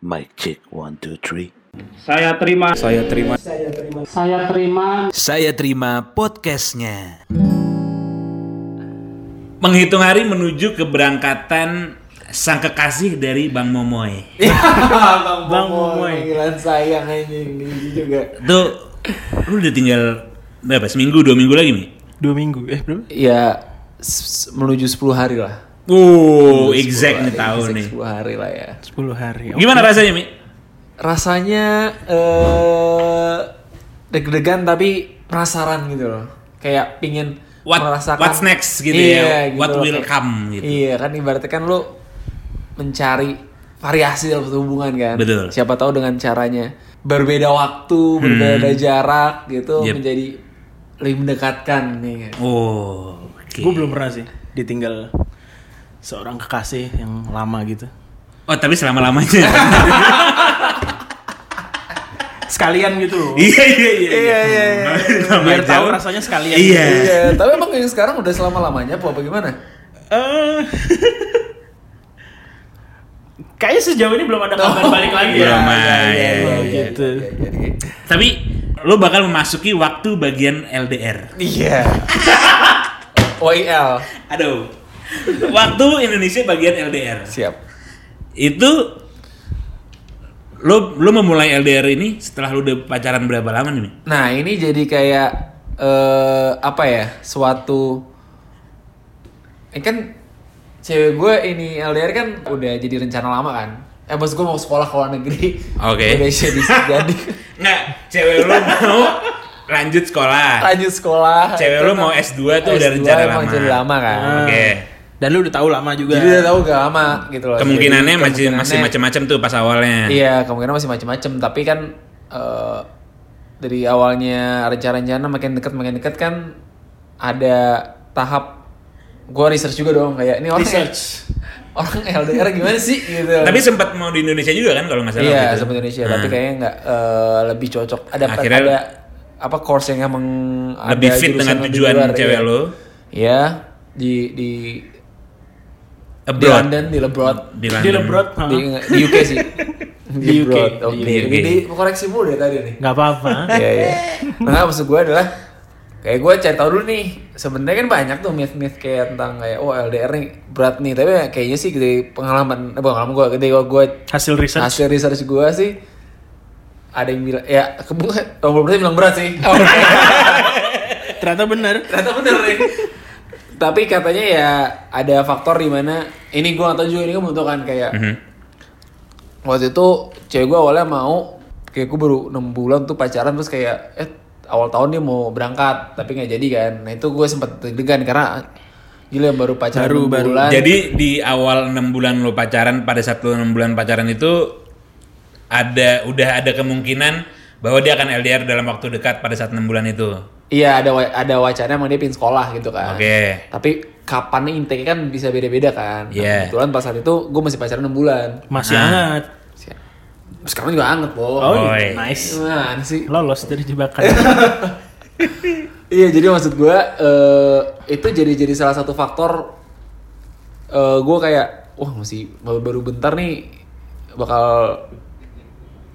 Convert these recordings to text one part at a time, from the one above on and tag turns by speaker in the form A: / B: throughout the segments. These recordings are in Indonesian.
A: Mic check one two three.
B: Saya terima.
C: Saya terima.
B: Saya terima.
D: Saya terima podcastnya.
C: Menghitung hari menuju keberangkatan sang kekasih dari Bang Momoy.
E: Bang Momoy panggilan sayang anjing gitu juga
C: Tuh, lu udah tinggal berapa? Seminggu, dua minggu lagi nih.
F: dua minggu eh berapa
E: ya s- s- menuju 10 hari lah
C: Wow, Oh, exact nih
E: 10 hari,
C: tahu
E: Oh, exact
C: nih.
E: 10 hari lah ya
F: sepuluh hari
C: Gimana rasanya, Mi?
E: rasanya eh deg-degan tapi penasaran gitu loh kayak pingin
C: What-
E: merasakan
C: what's next gitu ya, what will come gitu.
E: iya kan ibaratnya kan lu mencari variasi dalam satu hubungan kan
C: Betul. Hmm.
E: siapa tahu dengan caranya berbeda waktu berbeda jarak gitu
C: Yep.
E: menjadi lebih mendekatkan nih kan.
C: Oh, oke.
F: gue belum pernah sih ditinggal seorang kekasih yang lama gitu
C: Oh, tapi selama-lamanya.
F: sekalian gitu loh
C: iya, iya, iya. Iya, iya,
F: biar tahu rasanya sekalian
C: Iya.
E: Iya, tapi emang yang sekarang udah selama lamanya apa bagaimana?
F: Eh. kayaknya sejauh ini belum ada kabar balik lagi ya
C: Belum, ya.
F: gitu
C: Tapi lu bakal memasuki waktu bagian LDR.
E: Iya. OIL.
C: Aduh. Waktu Indonesia bagian LDR.
E: Siap.
C: Itu lu lu memulai LDR ini setelah lu udah pacaran berapa lama nih? Mi?
E: Nah, ini jadi kayak eh apa ya? Suatu eh kan cewek gue ini LDR kan udah jadi rencana lama kan. Eh, maksud gue mau sekolah ke luar negeri.
C: Oke.
E: Udah jadi jadi
C: Nggak, cewek lu mau lanjut sekolah.
E: lanjut sekolah.
C: Cewek lu mau S2 tuh udah
E: S2
C: rencana
E: emang
C: lama. Ah.
E: jadi lama kan.
C: Oke.
F: Nah, dan lu udah tahu lama juga
E: Jadi udah tahu gak lama gitu loh.
C: Kemungkinannya
E: Jadi,
C: masih masih
E: kemungkinannya-
C: macam-macam tuh pas awalnya.
E: Iya, kemungkinan masih macam-macam, tapi kan eh, dari awalnya rencana-rencana makin dekat makin dekat kan ada tahap gua research juga dong kayak ini orang
F: Research.
E: orang LDR gimana sih gitu.
C: Tapi sempat mau di Indonesia juga kan kalau nggak salah.
E: iya,
C: waktu itu?
E: sama Indonesia,
C: Nah,
E: tapi kayaknya nggak eh, lebih cocok ada
C: Akhirnya-
E: ada apa course yang emang ada
C: lebih fit
E: jurusan
C: dengan
E: lebih
C: tujuan
E: luar,
C: cewek
E: iya.
C: lu.
E: Iya, di di di
C: Abroad. Hmm.
E: London, di Lebrot,
C: Di London.
F: dia lebrot
E: di,
F: nggak
E: di UK sih.
F: Di UK,
E: Lebrot,
F: di
E: Oke.
C: UK.
E: Jadi koreksi mulu dari tadi nih.
F: apa-apa
E: Iya iya. Nah maksud gue adalah kayak gue cari tahu dulu nih. Sebenarnya kan banyak tuh myth-myth kayak tentang kayak oh LDR nih berat nih. Tapi kayaknya sih dari pengalaman eh, pengalaman gue dari gue
F: hasil riset
E: hasil research gue sih ada yang bilang ya kebuka oh, berarti bilang berat sih. Oh,
F: ternyata bener
E: Ternyata bener nih. Tapi katanya ya ada faktor di mana ini gue atau juga ini kan membutuhkan kayak
C: Mhm.
E: waktu itu cewek gue awalnya mau kayak gue baru enam bulan tuh pacaran terus kayak eh awal tahun dia mau berangkat tapi nggak jadi kan nah itu gue sempet deg-degan karena gila baru pacaran
F: Baru-
E: enam
F: baru.
E: bulan
C: Jadi di awal 6 bulan lo pacaran, pada saat lo 6 bulan pacaran itu ada udah ada kemungkinan bahwa dia akan LDR dalam waktu dekat pada saat 6 bulan itu.
E: iya ada wa- ada wacana emang dia pingin sekolah gitu kan
C: Oke.
E: tapi kapan intake kan bisa beda-beda kan
C: Iya.
E: kebetulan pas saat itu gue masih pacaran enam bulan
F: masih
C: Nah.
F: hangat
E: sekarang juga anget boh
F: oh iya.
C: Oi.
F: nice
E: Gimana sih
F: lolos dari jebakan
E: Iya jadi maksud gue eh, itu jadi jadi salah satu faktor eh gue kayak wah masih baru, baru bentar nih bakal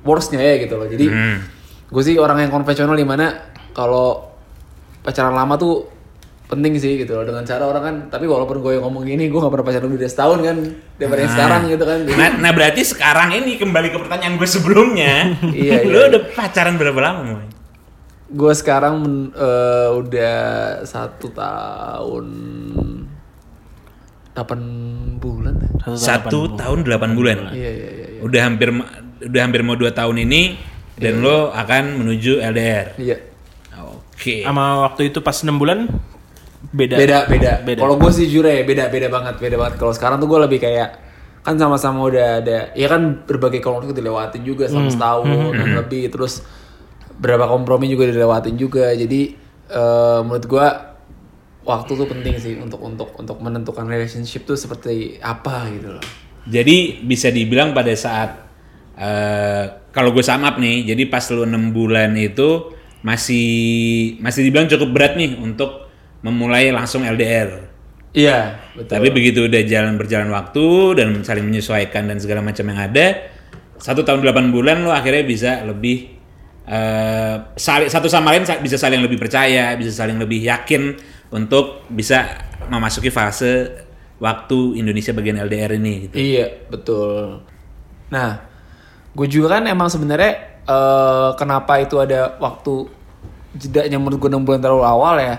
E: worstnya ya gitu loh. Jadi
C: Hmm.
E: gue sih orang yang konvensional di mana kalau pacaran lama tuh penting sih gitu loh dengan cara orang kan tapi walaupun gue yang ngomong gini gue gak pernah pacaran lebih dari setahun kan daripada yang sekarang gitu kan Jadi-
C: Hmm. Nah, nah, berarti sekarang ini kembali ke pertanyaan gue sebelumnya.
E: Iya,
C: Lo
E: iya.
C: udah pacaran berapa lama? Moy?
E: Gue sekarang men- eh, udah satu tahun 8 bulan. ya.
C: Satu tahun 8 bulan.
E: Iya iya iya.
C: Udah hampir ma- udah hampir mau 2 tahun ini dan lo akan menuju LDR.
E: Iya.
C: Oke.
F: sama waktu itu pas 6 bulan beda
E: Beda beda.
F: Beda.
E: Kalau gue sih jujur ya beda beda banget beda banget. Kalau sekarang tuh gue lebih kayak kan sama-sama udah ada ya kan berbagai konflik dilewatin juga selama
F: Hmm.
E: setahun dan lebih terus berapa kompromi juga dilewatin juga jadi eh, menurut gue waktu tuh penting sih untuk untuk untuk menentukan relationship tuh seperti apa gitu loh
C: Jadi bisa dibilang pada saat eh kalau gue sum up nih, jadi pas lu 6 bulan itu masih masih dibilang cukup berat nih untuk memulai langsung LDR.
E: iya betul
C: Tapi begitu udah jalan berjalan waktu dan saling menyesuaikan dan segala macam yang ada, satu tahun 8 bulan lo akhirnya bisa lebih eh saling satu sama lain sa- bisa saling lebih percaya, bisa saling lebih yakin untuk bisa memasuki fase waktu Indonesia bagian LDR ini gitu.
E: Iya, betul. Nah, gue juga kan emang sebenarnya eh, kenapa itu ada waktu jedanya menurut gue 6 bulan terlalu awal ya.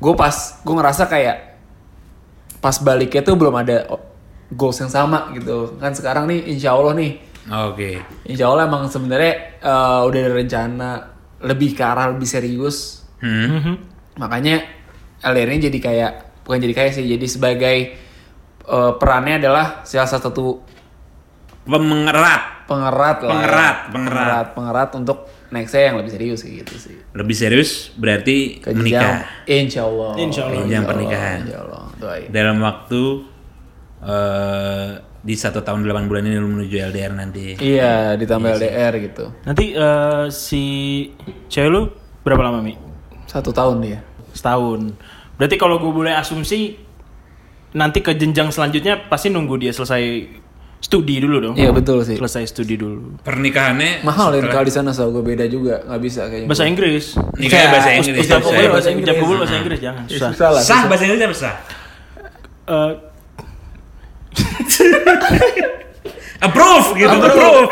E: Gue pas, gue ngerasa kayak pas baliknya tuh belum ada o- goals yang sama gitu. Kan sekarang nih, insya Allah nih,
C: Oke.
E: insya Allah emang sebenarnya eh, udah ada rencana lebih ke arah lebih serius
C: Hmm.
F: Mhm.
E: makanya LDR-nya jadi kayak bukan jadi kayak sih jadi sebagai eh, perannya adalah salah satu
C: Pemengerat
E: pengerat lah ya.
C: Pengerat, pengerat.
E: pengerat pengerat untuk nextnya yang lebih serius kayak gitu sih
C: lebih serius berarti
E: Ke
C: menikah
E: jenjang- insya Allah
F: Insya Allah.
C: Jenjang pernikahan.
E: insya Allah doain
C: dalam waktu eh di satu tahun 8 bulan ini lo menuju LDR nanti.
E: iya ditambah LDR gitu
F: Nanti eh, si cewek lu berapa lama Mi?
E: satu tahun dia
F: Setahun. Berarti kalau gue boleh asumsi nanti ke jenjang selanjutnya pasti nunggu dia selesai studi dulu dong.
E: iya betul sih
F: Selesai studi dulu.
C: Pernikahannya
E: mahal ya kalau di sana soal gue beda juga nggak bisa kayaknya
F: Bahasa Inggris.
C: nikahnya bahasa
E: Ustaz-
F: Ijab
C: Inggris.
E: Ustaz
C: Ustaz.
F: kabul bahasa
E: Bahasa
F: Inggris.
E: Inggris.
F: Ijab kabul bahasa Inggris jangan
E: Ya,
F: susah.
E: susah lah
C: Sah bahasa Inggris apa sah?
F: Eh,
C: Approve gitu, approve.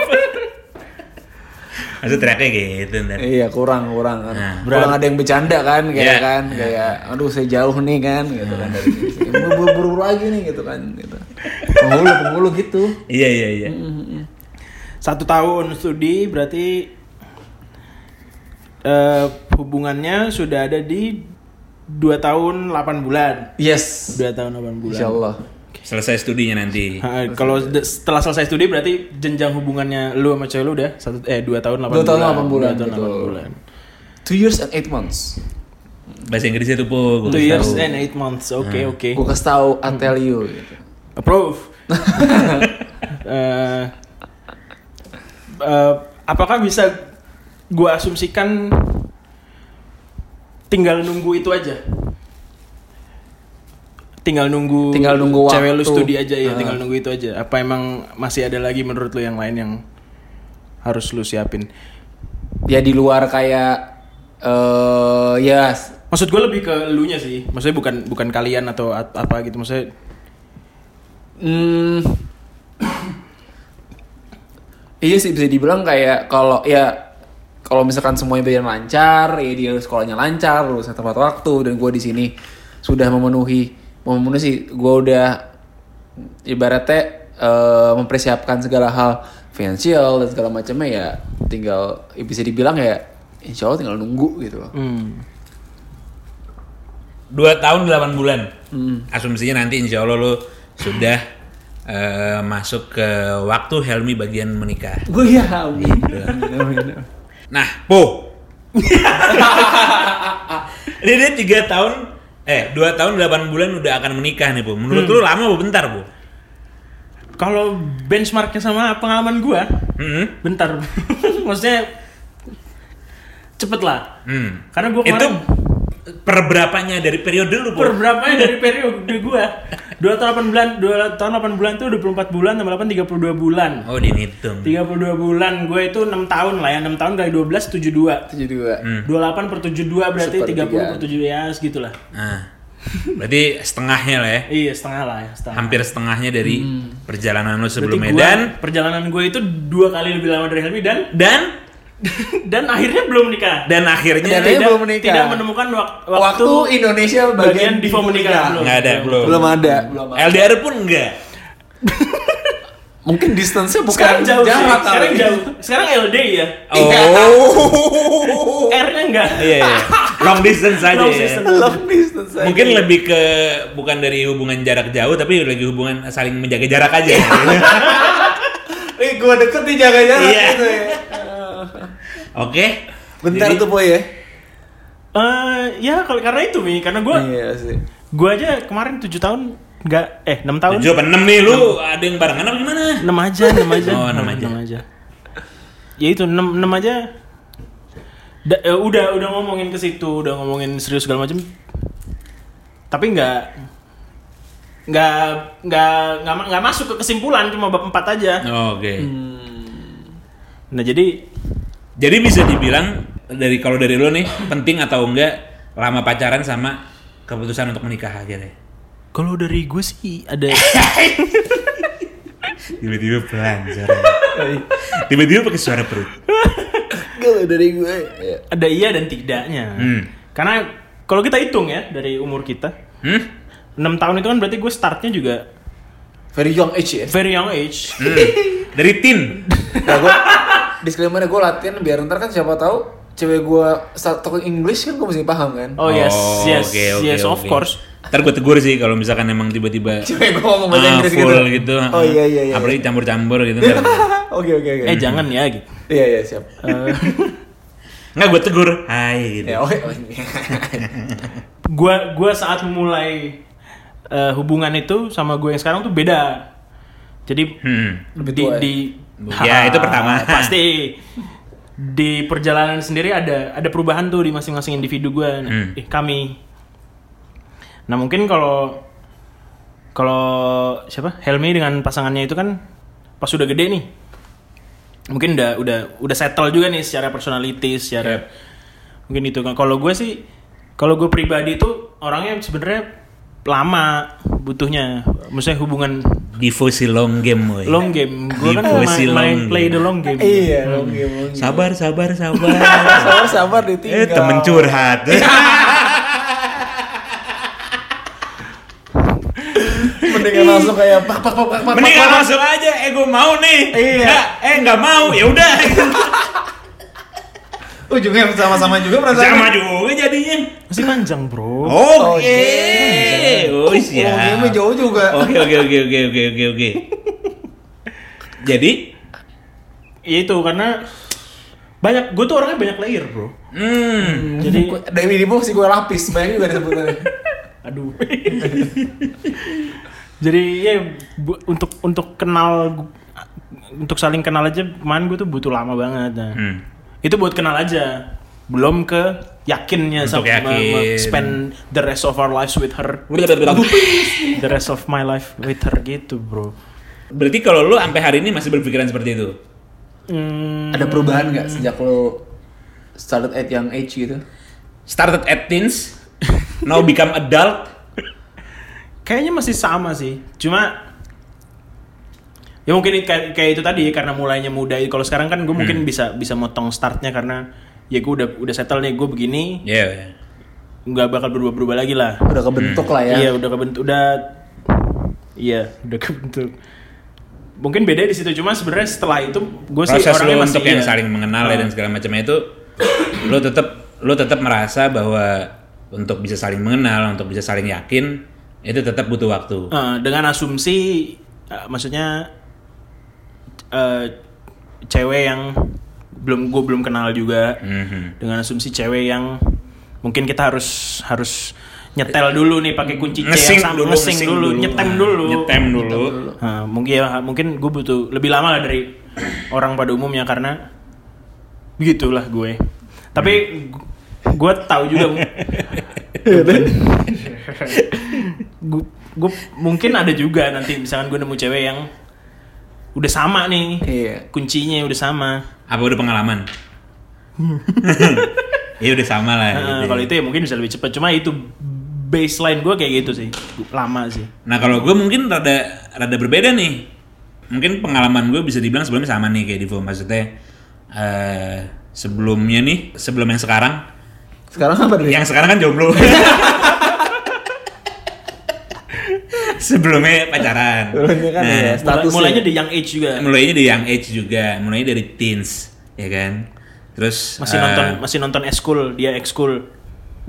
C: Maksud teriaknya gitu ntar.
E: Iya kurang kurang kan.
C: Nah.
E: kurang ada yang bercanda kan kayak
C: Iya.
E: kan kayak aduh saya jauh nih kan gitu kan dari sini. buru-buru lagi nih gitu kan gitu. Penghulu penghulu gitu.
C: Iya iya iya.
F: satu tahun studi berarti eh, hubungannya sudah ada di dua tahun 8 bulan.
E: Yes.
F: Dua tahun 8 bulan.
E: Insyaallah.
C: Selesai studinya nanti.
F: Ha, Ah, kalau de- setelah selesai studi berarti jenjang hubungannya lu sama cewek lu udah satu eh dua tahun 8
E: Dua tahun
F: bulan.
E: 8 bulan,
F: Dua tahun
E: betul.
F: 8 bulan.
E: Two years and eight months.
C: Bahasa Inggrisnya tuh po.
E: iya,
F: Two years and eight months. Oke, oke.
E: Gue kasih tahu I tell you. Gitu.
F: Approve. Eh, eh, apakah bisa gua asumsikan tinggal nunggu itu aja? Tinggal nunggu
E: Tinggal nunggu
F: cewek lu
E: waktu.
F: studi aja ya,
E: Ah.
F: tinggal nunggu itu aja. Apa emang masih ada lagi menurut lu yang lain yang harus lu siapin?
E: Ya di luar kayak eh ya
F: Maksud gue lebih ke elunya sih. Maksudnya bukan bukan kalian atau at- apa gitu. Maksudnya
E: Hmm. iya sih bisa dibilang kayak kalau ya kalau misalkan semuanya berjalan lancar, ya dia sekolahnya lancar, lulusnya tepat waktu dan gue di sini sudah memenuhi memenuhi sih gue udah ibaratnya eh, mempersiapkan segala hal finansial dan segala macamnya ya tinggal ya bisa dibilang ya insya Allah tinggal nunggu gitu loh.
F: hmm.
C: Dua tahun delapan bulan.
F: Hmm.
C: Asumsinya nanti insya Allah lo sudah eh, masuk ke waktu Helmi bagian menikah.
E: Gue ya amin. Amin, amin, amin.
C: Nah, Po. Ini dia tiga tahun, eh dua tahun delapan bulan udah akan menikah nih Po.
F: Hmm.
C: Menurut lu lama apa bentar Po?
F: kalau benchmarknya sama pengalaman gue,
C: Hmm.
F: bentar. Maksudnya cepet lah.
C: Hmm.
F: Karena gue
C: Itu
F: kemarin
C: perberapanya dari periode lu Po?
F: per berapa ya dari periode gue? Dua tahun 8 bulan, dua tahun 8 bulan tuh 24 bulan, tambah 8 32 bulan.
C: Oh, dia ngitung.
F: 32 bulan gue itu 6 tahun lah ya, 6 tahun kali 12 72.
E: Itu juga.
F: 28 per 72 berarti 30 per
E: Sepertigaan.
F: 7 ya segitulah.
C: Nah, berarti setengahnya lah ya.
F: Iya, setengah lah ya, setengah.
C: Hampir setengahnya dari perjalanan lu sebelum
F: Berarti
C: Medan
F: gua- perjalanan gue itu dua kali lebih lama dari Helmi dan
C: dan
F: dan akhirnya belum menikah.
C: dan akhirnya
E: Dan akhirnya
C: tidak
E: belum menikah.
F: Tidak menemukan wak- waktu,
E: Waktu Indonesia
F: bagian
E: bagian
F: di menikah.
C: nggak ada belum.
E: belum ada belum ada.
C: LDR pun enggak.
E: mungkin distance-nya bukan
F: Sekarang jauh, sih,
E: jarak
F: sekarang
E: kali.
F: jauh. Sekarang LD ya.
E: Iya.
C: Oh.
F: R-nya enggak.
C: Iya, iya. Long distance aja
F: Long
C: ya.
F: distance.
E: long distance aja.
C: Mungkin lebih ke bukan dari hubungan jarak jauh tapi lagi hubungan saling menjaga jarak aja. ya.
E: Iya. eh gua deket nih jaga jarak
C: Iya.
E: gitu ya
C: Oke.
E: bentar
C: Jadi,
E: tuh boy ya
F: Eh, ya kalau karena itu Mi, karena gue
E: iya sih
F: gue aja kemarin 7 tahun enggak eh 6 tahun.
C: tujuh apa enam nih lu ada yang barengan apa gimana?
F: 6 aja, 6 aja.
C: Oh, enam aja.
F: Ya itu 6 6 aja. Da- eh, udah udah ngomongin ke situ, udah ngomongin serius segala macam. Tapi nggak
E: Hmm.
F: nggak nggak nggak ma- nggak masuk ke kesimpulan cuma bab 4 aja.
C: Oke.
F: Nah jadi
C: Jadi bisa dibilang dari kalau dari lo nih penting atau enggak lama pacaran sama keputusan untuk menikah akhirnya.
F: kalau dari gue sih ada
C: Tiba-tiba pelancar. Tiba-tiba pakai suara perut.
E: Gak dari gue. Ya.
F: ada iya dan tidaknya.
C: Hmm.
F: Karena kalau kita hitung ya dari umur kita,
C: Hmm?
F: 6 tahun itu kan berarti gue startnya juga
E: Very young age ya.
F: very young age.
C: Hmm. Dari tin.
E: Nah, gue disclaimer gue latihan biar ntar kan siapa tahu cewek gue start talking English kan gue masih paham kan.
F: Oh yes, yes,
C: oke, oke,
F: yes of
C: oke.
F: course.
C: Ntar gue tegur sih kalau misalkan emang tiba-tiba
E: Cewek gue ngomong bahasa
C: ah,
E: Inggris gitu.
C: full gitu.
E: Oh iya iya iya.
C: Apalagi campur-campur gitu. ntar.
E: Oke oke oke.
F: Eh jangan ya gitu.
E: Iya iya siap.
C: Nggak gue tegur. Hai gitu.
E: Ya oke.
F: Gua gua saat memulai eh, hubungan itu sama gue yang sekarang tuh beda. Jadi
C: Hmm.
E: Lebih
F: di,
E: tua ya?
F: di
C: Ya, itu pertama.
F: pasti di perjalanan sendiri ada ada perubahan tuh di masing-masing individu gue nah,
C: Hmm.
F: eh, kami nah mungkin kalau kalau siapa Helmi dengan pasangannya itu kan pas udah gede nih mungkin udah udah udah settle juga nih secara personality secara mungkin itu kan kalau gue sih kalau gue pribadi itu orangnya sebenarnya lama butuhnya maksusnya hubungan
C: Divosi long game woy.
F: long game gue kan
C: Deep voice
F: main,
C: long
F: main
C: game.
F: play the long game
E: Iya oke oke.
C: Sabar, sabar, sabar.
E: Sabar sabar ditinggal.
C: eh, temen curhat.
E: Iya,
C: Eh,
E: Mendingan langsung kayak pak pak pak pak pak.
C: Mendingan langsung aja, eh gue mau nih.
E: Iya.
C: Nggak, eh nggak mau, ya udah.
E: Ujungnya sama-sama Oh, juga perasaan. ya?
C: Sama juga jadinya.
F: masih panjang bro
C: Oke. Oh,
E: Ngomongnya
C: siap.
E: iya. jauh juga.
C: Oke, oke, oke, oke, oke, oke, oke. Jadi,
F: ya itu karena banyak gue tuh orangnya banyak layer bro
C: hmm,
E: Jadi Dewi di bawah sih gue lapis banyak juga sebutannya.
F: aduh jadi ya bu- untuk untuk kenal untuk saling kenal aja kemarin gue tuh butuh lama banget nah.
C: hmm.
F: itu buat kenal aja belum ke yakinnya
C: Untuk
F: sama- sama
C: yakin.
F: spend the rest of our lives with her the rest of my life with her gitu bro
C: Berarti kalau lu sampai hari ini masih berpikiran seperti itu?
F: Hmm,
E: Ada perubahan nggak sejak lo started at young age gitu?
C: Started at teens, now become adult.
F: Kayaknya masih sama sih. Cuma ya mungkin kayak, kayak itu tadi karena mulainya muda. Kalau sekarang kan gue
C: Hmm.
F: mungkin bisa bisa motong startnya karena ya gue udah udah settle nih gue begini
C: Ya, ya.
F: nggak bakal berubah-berubah lagi lah.
E: Udah kebentuk
C: Hmm.
E: lah ya.
F: Iya udah kebentuk udah iya udah kebentuk. Mungkin beda di situ cuma sebenarnya setelah itu gue sih
C: proses
F: orangnya
C: lo
F: masih
C: untuk yang
F: iya.
C: saling mengenal ya dan segala macamnya itu lo tetap lo tetap merasa bahwa untuk bisa saling mengenal untuk bisa saling yakin itu tetap butuh waktu
F: Eh, dengan asumsi eh, maksudnya eh, cewek yang belum gue belum kenal juga
C: Mhm.
F: dengan asumsi cewek yang mungkin kita harus harus nyetel dulu nih pakai kunci C yang Iya,
C: ngesing
F: sama,
C: dulu Nah,
F: ngesing dulu, nyetem dulu.
C: nyetem dulu
F: Nah, mungkin ya, mungkin gue butuh lebih lama lah dari orang pada umumnya karena begitulah gue. Tapi gue tahu juga gue mungkin ada juga nanti misalkan gue nemu cewek yang udah sama nih
E: Iya.
F: kuncinya udah sama
C: apa udah pengalaman ya udah sama lah
F: Nah,
C: gitu ya.
F: kalau itu ya mungkin bisa lebih cepat. Cuma itu baseline gue kayak gitu sih. Lama sih.
C: nah kalau gue mungkin rada rada berbeda nih mungkin pengalaman gue bisa dibilang sebelumnya sama nih kayak Divo maksudnya eh, sebelumnya nih sebelum yang sekarang
E: Sekarang apa dulu?
C: Yang sekarang kan jomblo. Sebelumnya pacaran.
E: Sebelumnya kan ya,
C: nah,
E: Statusnya.
F: mulainya di young age juga.
C: mulainya dari yang age juga, mulainya dari teens, ya kan? Terus
F: Masih
C: eh,
F: nonton masih nonton ekskul, dia ekskul.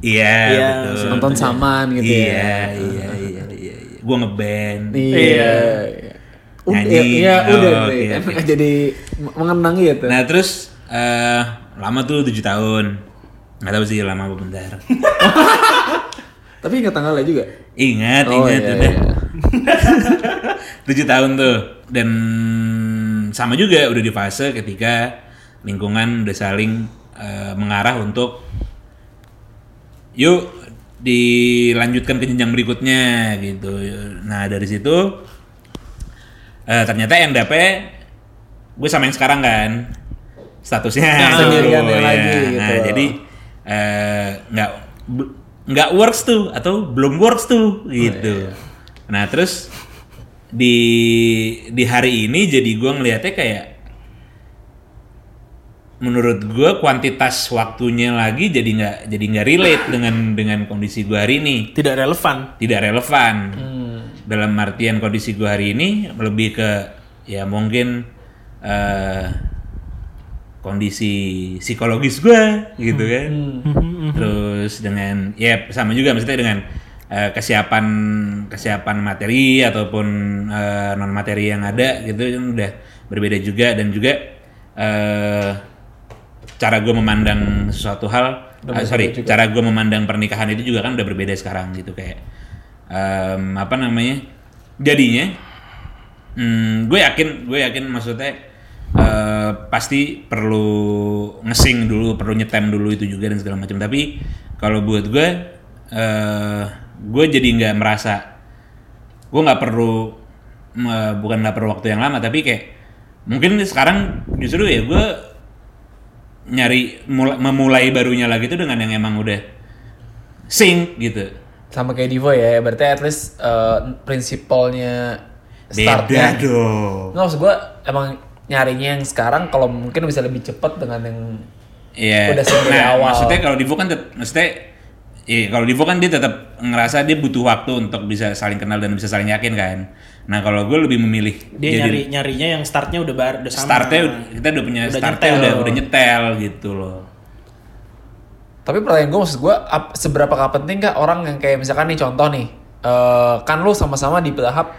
C: Iya,
F: Iya,
C: betul.
E: nonton saman gitu
C: iya,
E: ya.
C: Iya, iya, iya, iya. Gua ngeband.
E: Iya. Udah,
C: Nyanyi.
E: iya,
C: Oh,
E: udah
C: oke,
E: deh.
C: oke.
E: Kan jadi mengenang gitu.
C: Nah, terus eh lama tuh 7 tahun. Nggak tahu sih lama apa bentar.
E: Tapi ingat tanggalnya juga.
C: Ingat,
E: Oh,
C: ingat
E: iya,
C: udah. 7
E: iya.
C: tahun tuh dan sama juga udah di fase ketika lingkungan udah saling eh, mengarah untuk yuk dilanjutkan ke jenjang berikutnya gitu nah dari situ eh, ternyata yang dapet gue sama yang sekarang kan statusnya
E: Nah,
C: gitu,
E: sendirian yang
C: ya.
E: lagi, gitu.
C: Nah, jadi eh, nggak bl- nggak works tuh atau belum works
E: Oh,
C: tuh
E: iya,
C: gitu. Nah terus di di hari ini jadi gua ngelihatnya kayak menurut gua kuantitas waktunya lagi jadi nggak jadi nggak relate dengan dengan kondisi gua hari ini
F: Tidak relevan.
C: tidak relevan dalam artian kondisi gue hari ini lebih ke ya mungkin eh, kondisi psikologis gue gitu kan terus dengan ya sama juga maksudnya dengan eh, kesiapan kesiapan materi ataupun non materi yang ada gitu kan udah berbeda juga dan juga eh, cara gue memandang sesuatu hal ah, sorry cara gue memandang pernikahan itu juga kan udah berbeda sekarang gitu kayak em, apa namanya jadinya hmm, gue yakin gue yakin maksudnya eh, pasti perlu ngesing dulu perlu nyetem dulu itu juga dan segala macam tapi kalau buat gue eh, gue jadi nggak merasa gue nggak perlu me- bukan nggak perlu waktu yang lama tapi kayak mungkin sekarang justru ya gue nyari mula- memulai barunya lagi itu dengan yang emang udah sync gitu
E: Sama kayak Divo ya, berarti at least uh, prinsipalnya
C: beda
E: startnya.
C: dong
E: Nggak maksud gue emang nyarinya yang sekarang kalau mungkin bisa lebih cepat dengan yang
C: Iya.
E: Udah sync dari
C: Nah,
E: awal.
C: maksudnya kalau Divo kan tet- maksudnya iya, kalau Divo kan dia tetap ngerasa dia butuh waktu untuk bisa saling kenal dan bisa saling yakin kan. Nah, kalau gue lebih memilih
F: Dia nyari nyarinya yang startnya udah bar, udah sama.
C: startnya ud- kita udah punya
F: Udah
C: startnya
F: nyetel.
C: udah udah nyetel gitu loh.
E: Tapi pertanyaan gue maksud gue ap- seberapa kah penting kah orang yang kayak misalkan nih contoh nih eh, kan lu sama-sama di tahap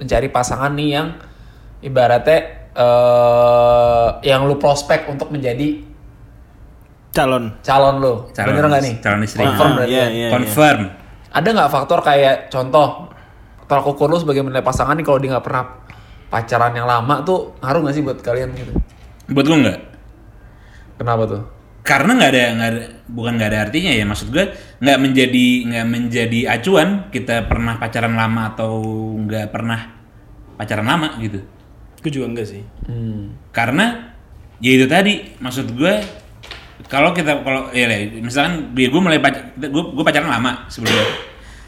E: mencari pasangan nih yang ibaratnya eh yang lu prospek untuk menjadi
F: Calon.
E: calon lu.
C: Calon-
E: Bener nggak nih?
C: calon istri. Nah,
E: Confirm
F: Ah,
E: berarti.
F: iya,
E: ya?
F: iya,
C: Confirm.
E: Ada nggak faktor kayak contoh tolak ukur lu sebagai menilai pasangan nih kalau dia nggak pernah pacaran yang lama tuh ngaruh nggak sih buat kalian gitu?
C: Buat gue nggak?
E: Kenapa tuh?
C: Karena nggak ada nggak ada- bukan nggak ada artinya ya maksud gue nggak menjadi nggak menjadi acuan kita pernah pacaran lama atau nggak pernah pacaran lama gitu.
F: Gue juga enggak sih.
C: karena ya itu tadi maksud gue kalau kita kalau ya lah, misalkan gue gue mulai pacar gue, gue pacaran lama sebelumnya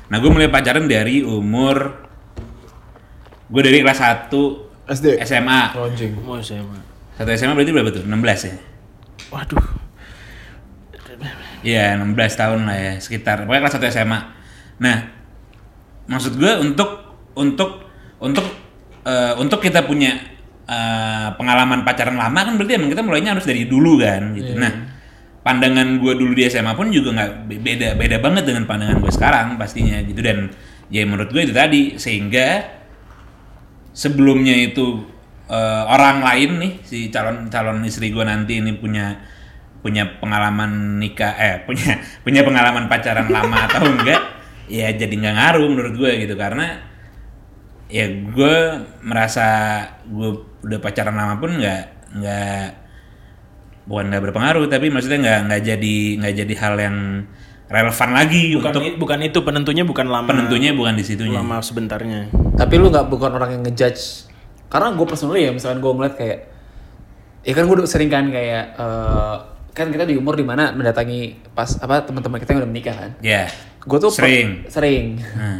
C: nah gue mulai pacaran dari umur gue dari kelas 1
E: SD.
C: SMA
E: Anjing.
F: Mau Oh, saya mah.
C: satu SMA berarti berapa tuh 16 ya
F: Waduh.
C: Iya 16 tahun lah ya sekitar pokoknya kelas 1 SMA nah maksud gue untuk untuk untuk eh, untuk kita punya eh, pengalaman pacaran lama kan berarti emang kita mulainya harus dari dulu kan gitu nah pandangan gue dulu di SMA pun juga nggak be- beda beda banget dengan pandangan gue sekarang pastinya gitu dan ya menurut gue itu tadi sehingga sebelumnya itu eh, orang lain nih si calon calon istri gue nanti ini punya punya pengalaman nikah eh punya punya pengalaman pacaran lama atau enggak ya jadi nggak ngaruh menurut gue gitu karena ya gue merasa gue udah pacaran lama pun nggak nggak bukan nggak berpengaruh tapi maksudnya nggak nggak jadi nggak jadi hal yang relevan lagi
F: Bukan
C: untuk
F: i- bukan itu penentunya bukan lama.
C: penentunya bukan di situnya
F: lama sebentarnya.
E: Tapi lu nggak bukan orang yang ngejudge. Karena gue personally ya, misalkan gue ngeliat kayak, ya kan gue sering kan kayak, eh, kan kita di umur dimana mendatangi pas apa teman-teman kita yang udah menikah kan.
C: ya
E: Gue tuh per-
C: Sering.
E: sering.
C: Nah,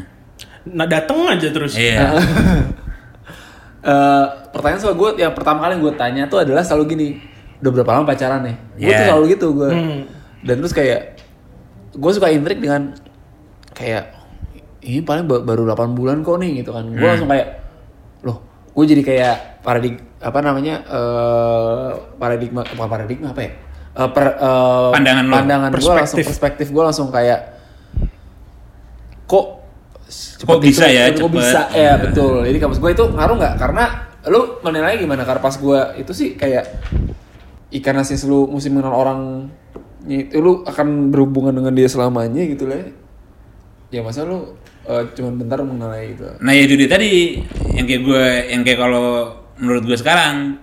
F: Nah, dateng aja terus.
C: iya
E: Eh, pertanyaan soal gue yang pertama kali gue tanya tuh adalah selalu gini, udah berapa lama pacaran nih? Gue tuh
C: Yeah.
E: selalu gitu gue.
F: Hmm.
E: Dan terus kayak, gue suka intrik dengan kayak ini paling ba- baru 8 bulan kok nih gitu kan. Gue
C: Hmm.
E: langsung kayak loh, gue jadi kayak paradig apa namanya? eh paradigma bukan paradigma apa ya? Eh, per- eh,
C: Pandangan lo.
E: pandangan gue langsung
F: Perspektif.
E: perspektif gue langsung kayak kok cepet
C: Kok bisa
E: itu,
C: ya,
E: kok
C: cepet.
E: bisa ya
C: Iya.
E: betul jadi kampus gue itu ngaruh nggak karena lu menilai gimana karena pas gue itu sih kayak ikan asin lu mesti mengenal orang itu lu akan berhubungan dengan dia selamanya gitu lah ya masa lu eh, cuman bentar mengenalai gitu
C: Nah ya itu dia tadi yang kayak gue yang kayak kalau menurut gue sekarang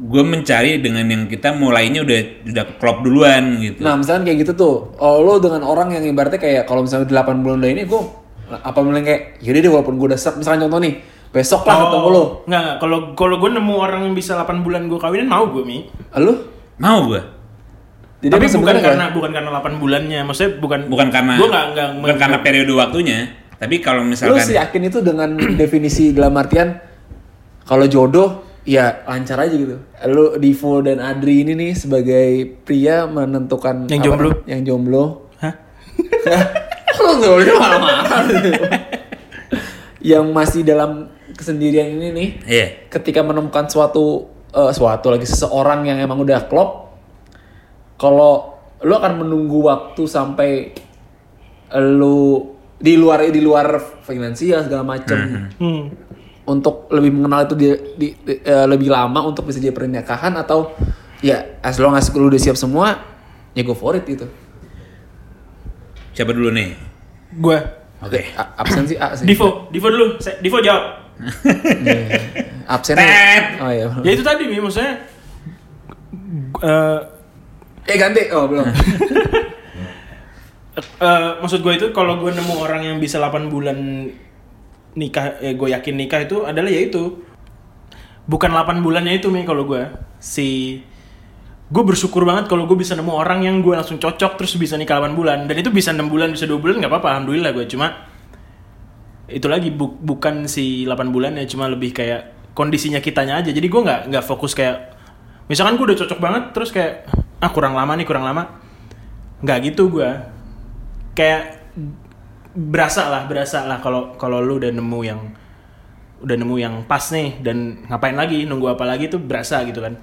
C: gue mencari dengan yang kita mulainya udah udah klop duluan gitu.
E: nah misalkan kayak gitu tuh oh, lu dengan orang yang ibaratnya kayak kalau misalnya 8 bulan udah ini gue apa mulai kayak yaudah deh walaupun gue udah seret misalkan contoh nih Besok lah ketemu lo.
F: Oh. Enggak, enggak. Kalau kalau gue nemu orang yang bisa 8 bulan gue kawinan mau gue mi.
E: Lu?
C: Mau gue.
F: Tapi
E: Jadi kan? emang
F: bukan
E: sebenarnya
F: karena
E: nggak?
F: bukan karena 8 bulannya, maksudnya bukan
C: Bukan karena
F: gue enggak enggak
C: bukan karena periode waktunya, tapi kalau
E: Lu
C: misalkan
E: sih
F: ya.
E: yakin itu dengan definisi dalam artian kalau jodoh ya lancar aja gitu. Lu Divo dan Adri ini nih sebagai pria menentukan
F: Yang
E: apa-
F: jomblo. Eh,
E: yang jomblo
F: Hah?
E: Lu jomblo marah-marah. yang masih dalam kesendirian ini nih
C: Iya.
E: ketika menemukan suatu eh, suatu lagi seseorang yang emang udah klop kalau lu akan menunggu waktu sampai lu di luar di luar finansial segala macem
F: Hmm.
E: untuk lebih mengenal itu di, di- di- eh, lebih lama untuk bisa jadi pernikahan atau ya as long as lu udah siap semua ya go for it gitu
C: siapa dulu nih?
F: Gue
C: Oke.
E: A- absen sih A sih
F: Divo, Divo dulu. Se- Divo jawab.
E: absen
C: Tet.
E: Iya. oh iya
F: Ya itu tadi mi maksudnya eh
E: eh ganti oh belum
F: eh, maksud gue itu kalau gue nemu orang yang bisa 8 bulan nikah eh, gue yakin nikah itu adalah ya itu bukan 8 bulannya itu mi kalau gue si gue bersyukur banget kalau gue bisa nemu orang yang gue langsung cocok terus bisa nikah 8 bulan dan itu bisa 6 bulan bisa 2 bulan nggak apa-apa alhamdulillah gue cuma itu lagi bu- bukan si 8 bulan ya cuma lebih kayak kondisinya kitanya aja jadi gue nggak nggak fokus kayak misalkan gue udah cocok banget terus kayak ah kurang lama nih kurang lama nggak gitu gue kayak berasa lah berasa lah kalau kalau lu udah nemu yang udah nemu yang pas nih dan ngapain lagi nunggu apa lagi tuh berasa gitu kan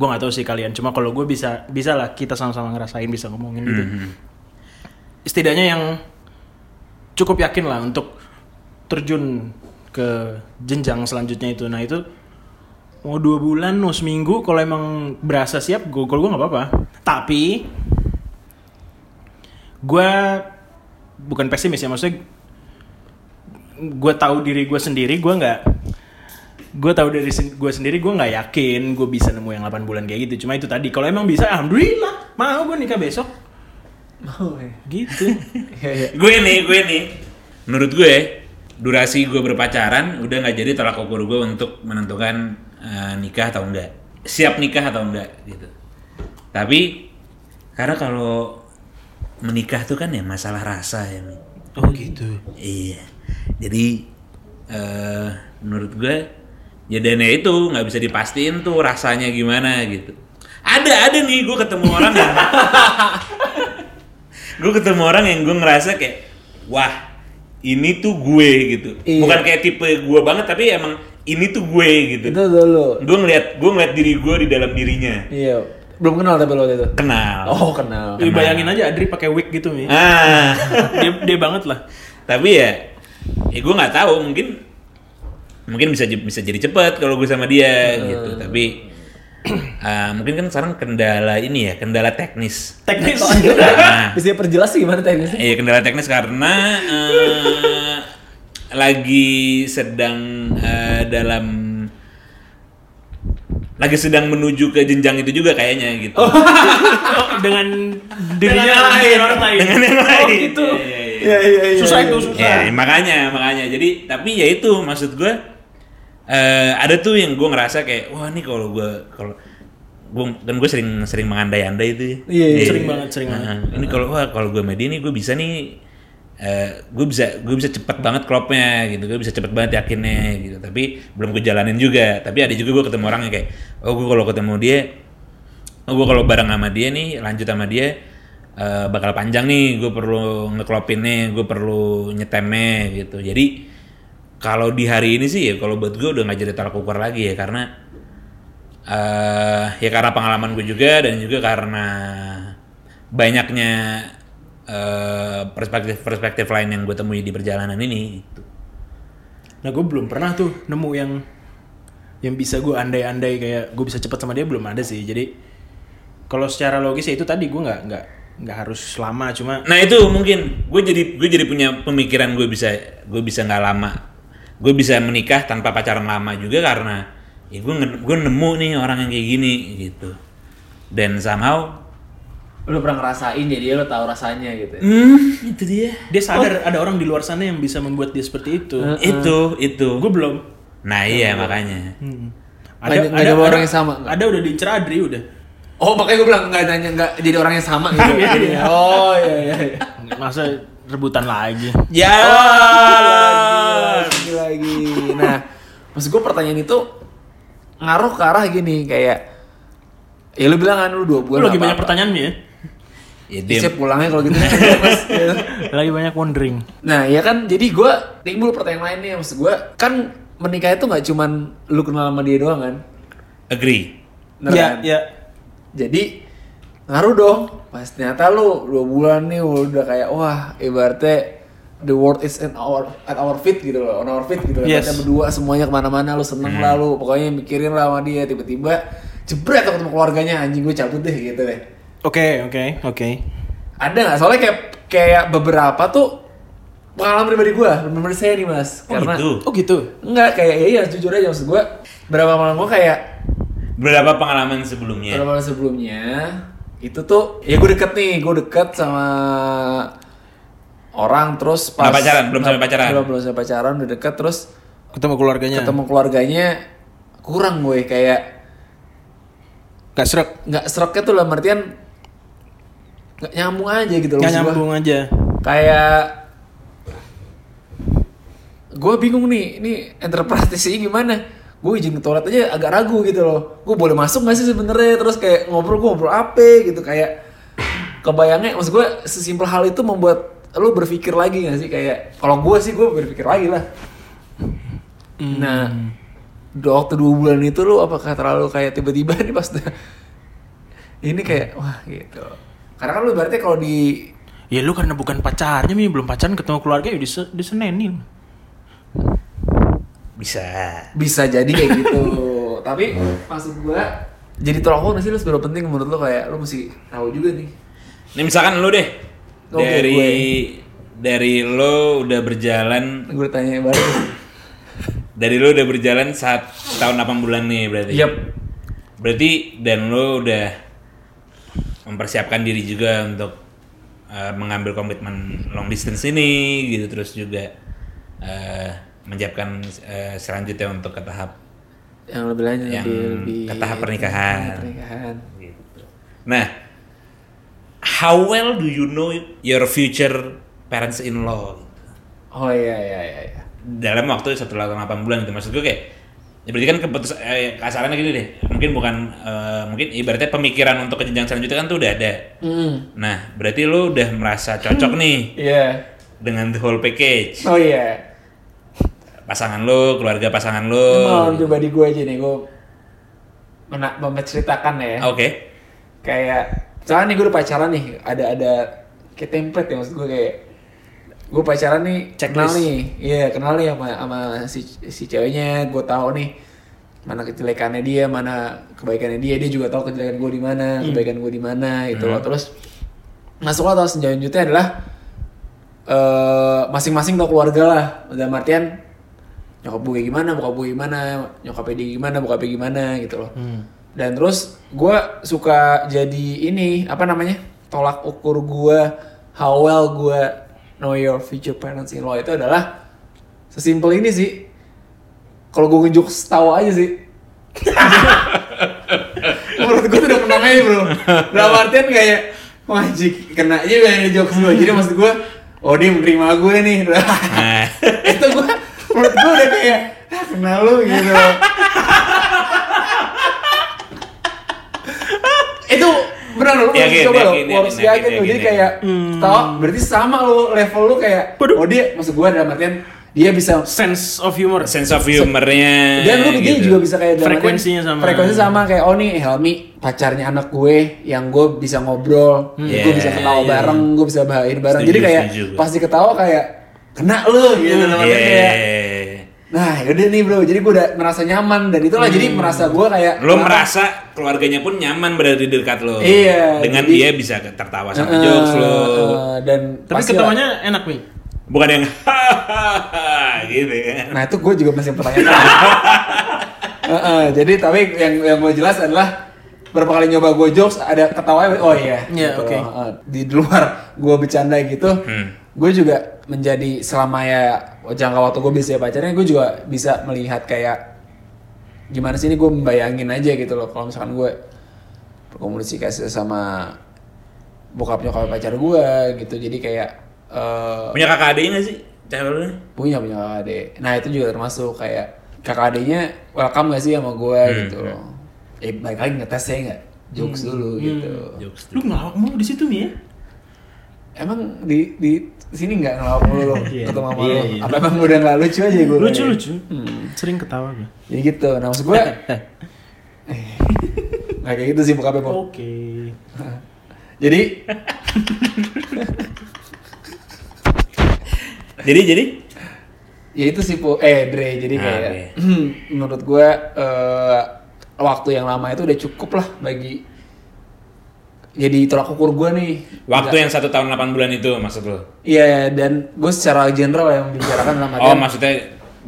F: gue nggak tahu sih kalian cuma kalau gue bisa bisa lah kita sama-sama ngerasain bisa ngomongin gitu setidaknya yang cukup yakin lah untuk terjun ke jenjang selanjutnya itu nah itu mau dua bulan mau seminggu kalau emang berasa siap gue gue nggak apa-apa tapi gue bukan pesimis ya maksudnya gue tahu diri gue sendiri gue nggak gue tahu dari gue sendiri gue nggak yakin gue bisa nemu yang 8 bulan kayak gitu cuma itu tadi kalau emang bisa alhamdulillah mau gue nikah besok
E: mau ya
F: gitu
E: Iya, iya.
C: Gue nih, gue nih. Menurut gue, durasi gue berpacaran udah nggak jadi tolak ukur gue untuk menentukan eh, nikah atau enggak. Siap nikah atau enggak gitu. Tapi karena kalau menikah tuh kan ya masalah rasa ya. Mi.
F: oh gitu
C: Iya. Jadi eh menurut gue jadinya itu nggak bisa dipastiin tuh rasanya gimana gitu. Ada ada nih gue ketemu orang yang gue ketemu orang yang gue ngerasa kayak wah ini tuh gue gitu.
E: Iya.
C: Bukan kayak tipe gue banget tapi emang ini tuh gue gitu.
E: itu dulu
C: Gue ngeliat gue ngeliat diri gue di dalam dirinya.
E: iya belum kenal tapi lo waktu itu
C: Kenal.
E: oh kenal
F: Lu Ya, bayangin aja Adri pakai wig gitu nih
C: Ah.
F: dia dia banget lah
C: tapi ya ya gue nggak tahu mungkin mungkin bisa j- bisa jadi cepat kalau gue sama dia gitu tapi eh, mungkin kan sekarang kendala ini ya kendala teknis
F: teknis
C: nah
E: bisa perjelas sih gimana teknisnya
C: iya kendala teknis karena eh, lagi sedang eh, dalam lagi sedang menuju ke jenjang itu juga kayaknya gitu
F: Oh, dengan dirinya
E: Dengan
F: dengan orang lain
C: dengan yang lain
F: oh gitu
C: Iya, iya, iya.
E: Iya iya iya.
F: susah itu susah
C: Ya, makanya, makanya. Jadi, tapi ya itu maksud gue. eh, ada tuh yang gue ngerasa kayak, wah nih kalau gue kalau gue kan gue sering sering mengandai-andai itu ya.
E: Iya, iya,
F: sering banget, sering
C: Nah, Ini kalau wah kalau gue media nih gue bisa nih eh, gue bisa gue bisa cepet banget klopnya gitu gue bisa cepet banget yakinnya gitu tapi belum gue jalanin juga tapi ada juga gue ketemu orang yang kayak oh gue kalau ketemu dia oh gue kalau bareng sama dia nih lanjut sama dia eh, bakal panjang nih gue perlu ngeklopinnya gue perlu nyetemnya gitu jadi kalau di hari ini sih ya kalau buat gue udah nggak jadi tolak ukur lagi ya karena eh ya karena pengalaman gue juga dan juga karena banyaknya eh, perspektif-perspektif lain yang gue temui di perjalanan ini. gitu.
F: nah gue belum pernah tuh nemu yang yang bisa gue andai-andai kayak gue bisa cepet sama dia belum ada sih jadi kalau secara logis ya itu tadi gue nggak nggak nggak harus lama cuma
C: Nah itu mungkin gue jadi gue jadi punya pemikiran gue bisa gue bisa nggak lama gue bisa menikah tanpa pacaran lama juga karena ya gue nge- gue nemu nih orang yang kayak gini gitu dan somehow
E: Lu pernah ngerasain jadi lu tahu rasanya gitu. ya.
C: hmm itu dia
E: Oh. Eh.
F: dia sadar ada orang di luar sana yang bisa membuat dia seperti itu
C: itu itu
F: gue belum
C: Nah iya makanya.
E: Nggak ada- nggak ada orang yang sama, nggak?
F: Ada udah diincer Adri udah.
E: Oh makanya gue bilang nggak nanya nggak jadi orang yang sama gitu. Jadinya. oh iya iya. iya.
F: Masa rebutan lagi.
C: Ya.
E: Lagi lagi. Nah, maksud gue pertanyaan itu ngaruh ke arah gini kayak ya lu bilang kan lu dua
F: Lu
E: bulan
F: lagi
E: apa-apa.
F: banyak pertanyaan Iya, nih ya.
C: Ya,
E: Ih,
C: dia-
E: saya pulangnya kalau gitu nih, Mas.
F: Lagi banyak wondering.
E: Nah ya kan jadi gue timbul pertanyaan lain nih maksud gue kan menikah itu nggak cuman lu kenal sama dia doang kan
C: agree.
E: Bener
F: Iya, Ya,
E: kan? Jadi ngaruh dong. Pas ternyata lu dua bulan nih udah kayak wah ibaratnya the world is in our at our feet gitu loh, on our feet gitu loh.
F: Yes.
E: Kita berdua semuanya kemana-mana lu seneng
C: Hmm.
E: lah lu, pokoknya mikirin lah sama dia tiba-tiba jebret ketemu keluarganya anjing gue cabut deh gitu deh.
F: Oke, oke, oke.
E: Ada nggak? Soalnya kayak kayak beberapa tuh pengalaman pribadi gue, bener-bener saya nih mas.
C: Oh, gitu?
E: Oh gitu? Enggak kayak ya iya jujur aja maksud gue berapa malam gue kayak
C: Berapa pengalaman sebelumnya?
E: Beberapa sebelumnya itu tuh ya gue deket nih, gue deket sama orang terus pas
C: Nggak pacaran, belum sampai pacaran. Iya.
E: belum belum sampai pacaran udah deket terus
F: Ketemu keluarganya.
E: ketemu keluarganya kurang gue kayak
F: Gak serak.
E: nggak seroknya tuh lah artian nggak nyambung aja gitu loh
F: Gak
E: maksud gue.
F: nyambung aja.
E: kayak gue bingung nih ini enterprise-nya gimana gue izin ke toilet aja agak ragu gitu loh gue boleh masuk gak sih sebenarnya terus kayak ngobrol gue ngobrol apa gitu kayak kebayangnya maksud gue sesimpel hal itu membuat lo berpikir lagi gak sih kayak kalau gue sih gue berpikir lagi lah nah dua- waktu dua bulan itu lo apakah terlalu kayak tiba-tiba nih pas udah- ini kayak wah gitu karena kan lo berarti kalau di
F: Ya lu karena bukan pacarnya, Mi. Belum pacaran ketemu keluarga ya dise- disenenin.
C: Bisa.
E: bisa jadi kayak gitu tapi maksud gua jadi tolak ukur nggak sih lu seberapa penting menurut lo kayak lu mesti tahu juga nih
C: Nih misalkan lu deh
E: Oke,
C: dari
E: gue.
C: dari lo udah berjalan
E: gue tanya balik
C: dari lo udah berjalan saat tahun 8 bulan nih berarti.
E: Yap.
C: Berarti dan lo udah mempersiapkan diri juga untuk eh, mengambil komitmen long distance ini gitu terus juga eh, menyiapkan eh, selanjutnya untuk ke tahap
E: yang lebih lanjut
C: Yang
E: lebih, lebih
C: ke tahap pernikahan.
E: pernikahan
C: Nah, how well do you know your future parents-in-law?
E: oh iya iya iya iya.
C: Dalam waktu satu tahun delapan bulan gitu. Maksud gue kayak, ya berarti kan keputusan, eh, kasarannya gini deh. Mungkin bukan, eh, mungkin ibaratnya pemikiran untuk ke jenjang selanjutnya kan tuh udah ada.
E: Hmm.
C: Nah, berarti lu udah merasa cocok nih
E: iya
C: dengan the whole package.
E: oh iya
C: Pasangan lu, keluarga pasangan lu.
E: pengalaman pribadi gue aja nih gue mena- menceritakan ya
C: Oke.
E: kayak misalnya nih gue udah pacaran nih ada ada kayak template ya maksud gue kayak gue pacaran nih kenal nih iya kenal nih sama sama si si ceweknya gue tahu nih mana kejelekannya dia mana kebaikannya dia dia juga tahu kejelekan gue di mana kebaikan gue di mana gitu loh terus masuk lo tahun selanjutnya adalah eh, masing-masing tahu keluarga lah dalam artian nyokap gue gimana bokap gue gimana nyokapnya dia gimana bokapnya gimana gitu loh dan terus gue suka jadi ini apa namanya tolak ukur gue how well gue know your future parents in law itu adalah sesimpel ini sih kalau gue ngejuk tahu aja sih menurut gue tuh udah menang aja bro dalam artian kayak wah jik kena juga ini jokes gue jadi maksud gue oh dia menerima gue nih
C: Nah,
E: itu gue menurut gue udah kayak ah, kenal lu gitu itu benar lu harus
C: Yakin,
E: coba lo
C: yakin,
E: lu harus
C: yakin,
E: yakin lo
C: yakin,
E: jadi
C: yakin.
E: kayak tau berarti sama lo level lu kayak oh dia maksud gue dalam artian dia bisa
F: Sense of humor.
C: sense of humor-nya.
E: dan lu dia
C: gitu.
E: juga bisa kayak dalam artian,
F: Frekuensinya sama.
E: frekuensinya sama kayak oh nih Helmi pacarnya anak gue yang gue bisa ngobrol gue
C: Hmm. Yeah,
E: bisa ketawa
C: yeah.
E: bareng gue bisa bahain bareng
C: Setuju,
E: jadi kayak
C: setuju gue.
E: pasti ketawa kayak kena lu gitu dalam
C: Iya.
E: artian kayak
C: Yeah.
E: Nah, yaudah nih bro, jadi gue udah merasa nyaman dan itulah jadi merasa gue kayak
C: lo Hmm. merasa keluarganya pun nyaman berada di dekat lo.
E: Iya,
C: Dengan
E: jadi-
C: dia bisa tertawa sama jokes lo.
E: Eh, dan
F: Tapi
E: pasti lah-
F: ketemuannya enak, Mi.
C: Bukan yang hahaha gitu kan.
E: Nah itu gue juga masih pertanyaan. Eh, eh, jadi tapi yang yang gue jelas adalah berapa kali nyoba gue jokes ada ketawanya oh iya
F: Iya,
E: gitu.
F: oke.
E: Eh, di luar gue bercanda gitu gue juga menjadi selama ya jangka waktu gue bisa pacarnya gue juga bisa melihat kayak gimana sih ini gue membayangin aja gitu loh kalau misalkan gue berkomunikasi sama bokap nyokap pacar gue gitu jadi kayak eh,
C: Punya kakak adiknya nggak sih? Cewek lu?
E: punya punya kakak adik nah itu juga termasuk kayak kakak adiknya welcome gak sih sama gue
F: Hmm,
E: gitu
F: ya.
E: loh eh balik lagi ngetes ya nggak jokes dulu
F: hmm.
E: gitu
C: Jokes.
F: Lu ngelawak mulu di situ nih ya?
E: emang di di sini nggak ngelawak mulu lo ketemu sama
F: Iya,
E: lo
F: iya.
E: apa emang udah nggak lucu aja gue
F: Lucu lucu. Sering ketawa gue.
E: jadi gitu nah maksud gue nggak kayak gitu sih bokapnya Pop.
F: Oke.
E: jadi
C: Jadi jadi
E: ya itu sih po eh Dre jadi
C: Ah,
E: kayak
C: Dre.
E: menurut gue eh, waktu yang lama itu udah cukup lah bagi jadi tolak ukur gue nih
C: waktu yang satu tahun 8 bulan itu maksud lu?
E: Iya dan gue secara general yang membicarakan dalam
C: Oh
E: artian
C: maksudnya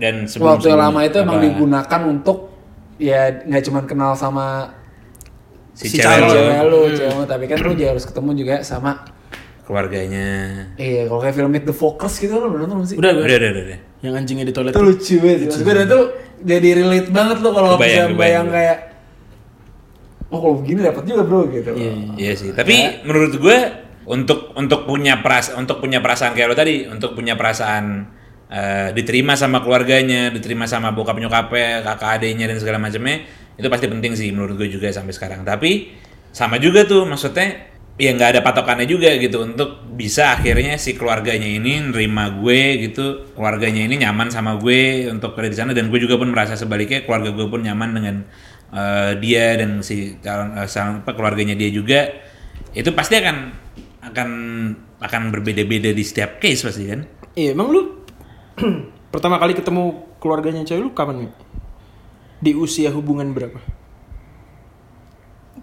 C: dan sebelum
E: waktu yang lama itu emang
C: apa,
E: digunakan untuk ya nggak cuma kenal sama
C: si, cewek lu,
E: lu, cewek lu, tapi kan lu juga harus ketemu juga sama
C: keluarganya.
E: iya kalau kayak film Meet the Focus gitu lo belum nonton sih
F: Udah gue.
C: Udah udah udah. udah.
F: Yang anjingnya di toilet.
E: itu lucu banget maksud gue dan itu jadi relate banget lo kalau
C: Kebayang,
E: bisa
C: kebayang.
E: bayang kayak oh kalau begini dapat juga bro gitu
C: Iya sih. Tapi menurut gue untuk untuk punya perasaan untuk punya perasaan kayak lo tadi, untuk punya perasaan eh, diterima sama keluarganya, diterima sama bokap nyokapnya, kakak adiknya dan segala macamnya itu pasti penting sih menurut gue juga sampai sekarang. Tapi sama juga tuh maksudnya ya nggak ada patokannya juga gitu untuk bisa akhirnya si keluarganya ini nerima gue gitu keluarganya ini nyaman sama gue untuk kerja di sana dan gue juga pun merasa sebaliknya keluarga gue pun nyaman dengan eh, dia dan si calon eh, sang- apa, keluarganya dia juga itu pasti akan akan akan berbeda-beda di setiap case pasti kan
F: Iya, emang lu pertama kali ketemu keluarganya cewek lu kapan? Mi? Di usia hubungan berapa?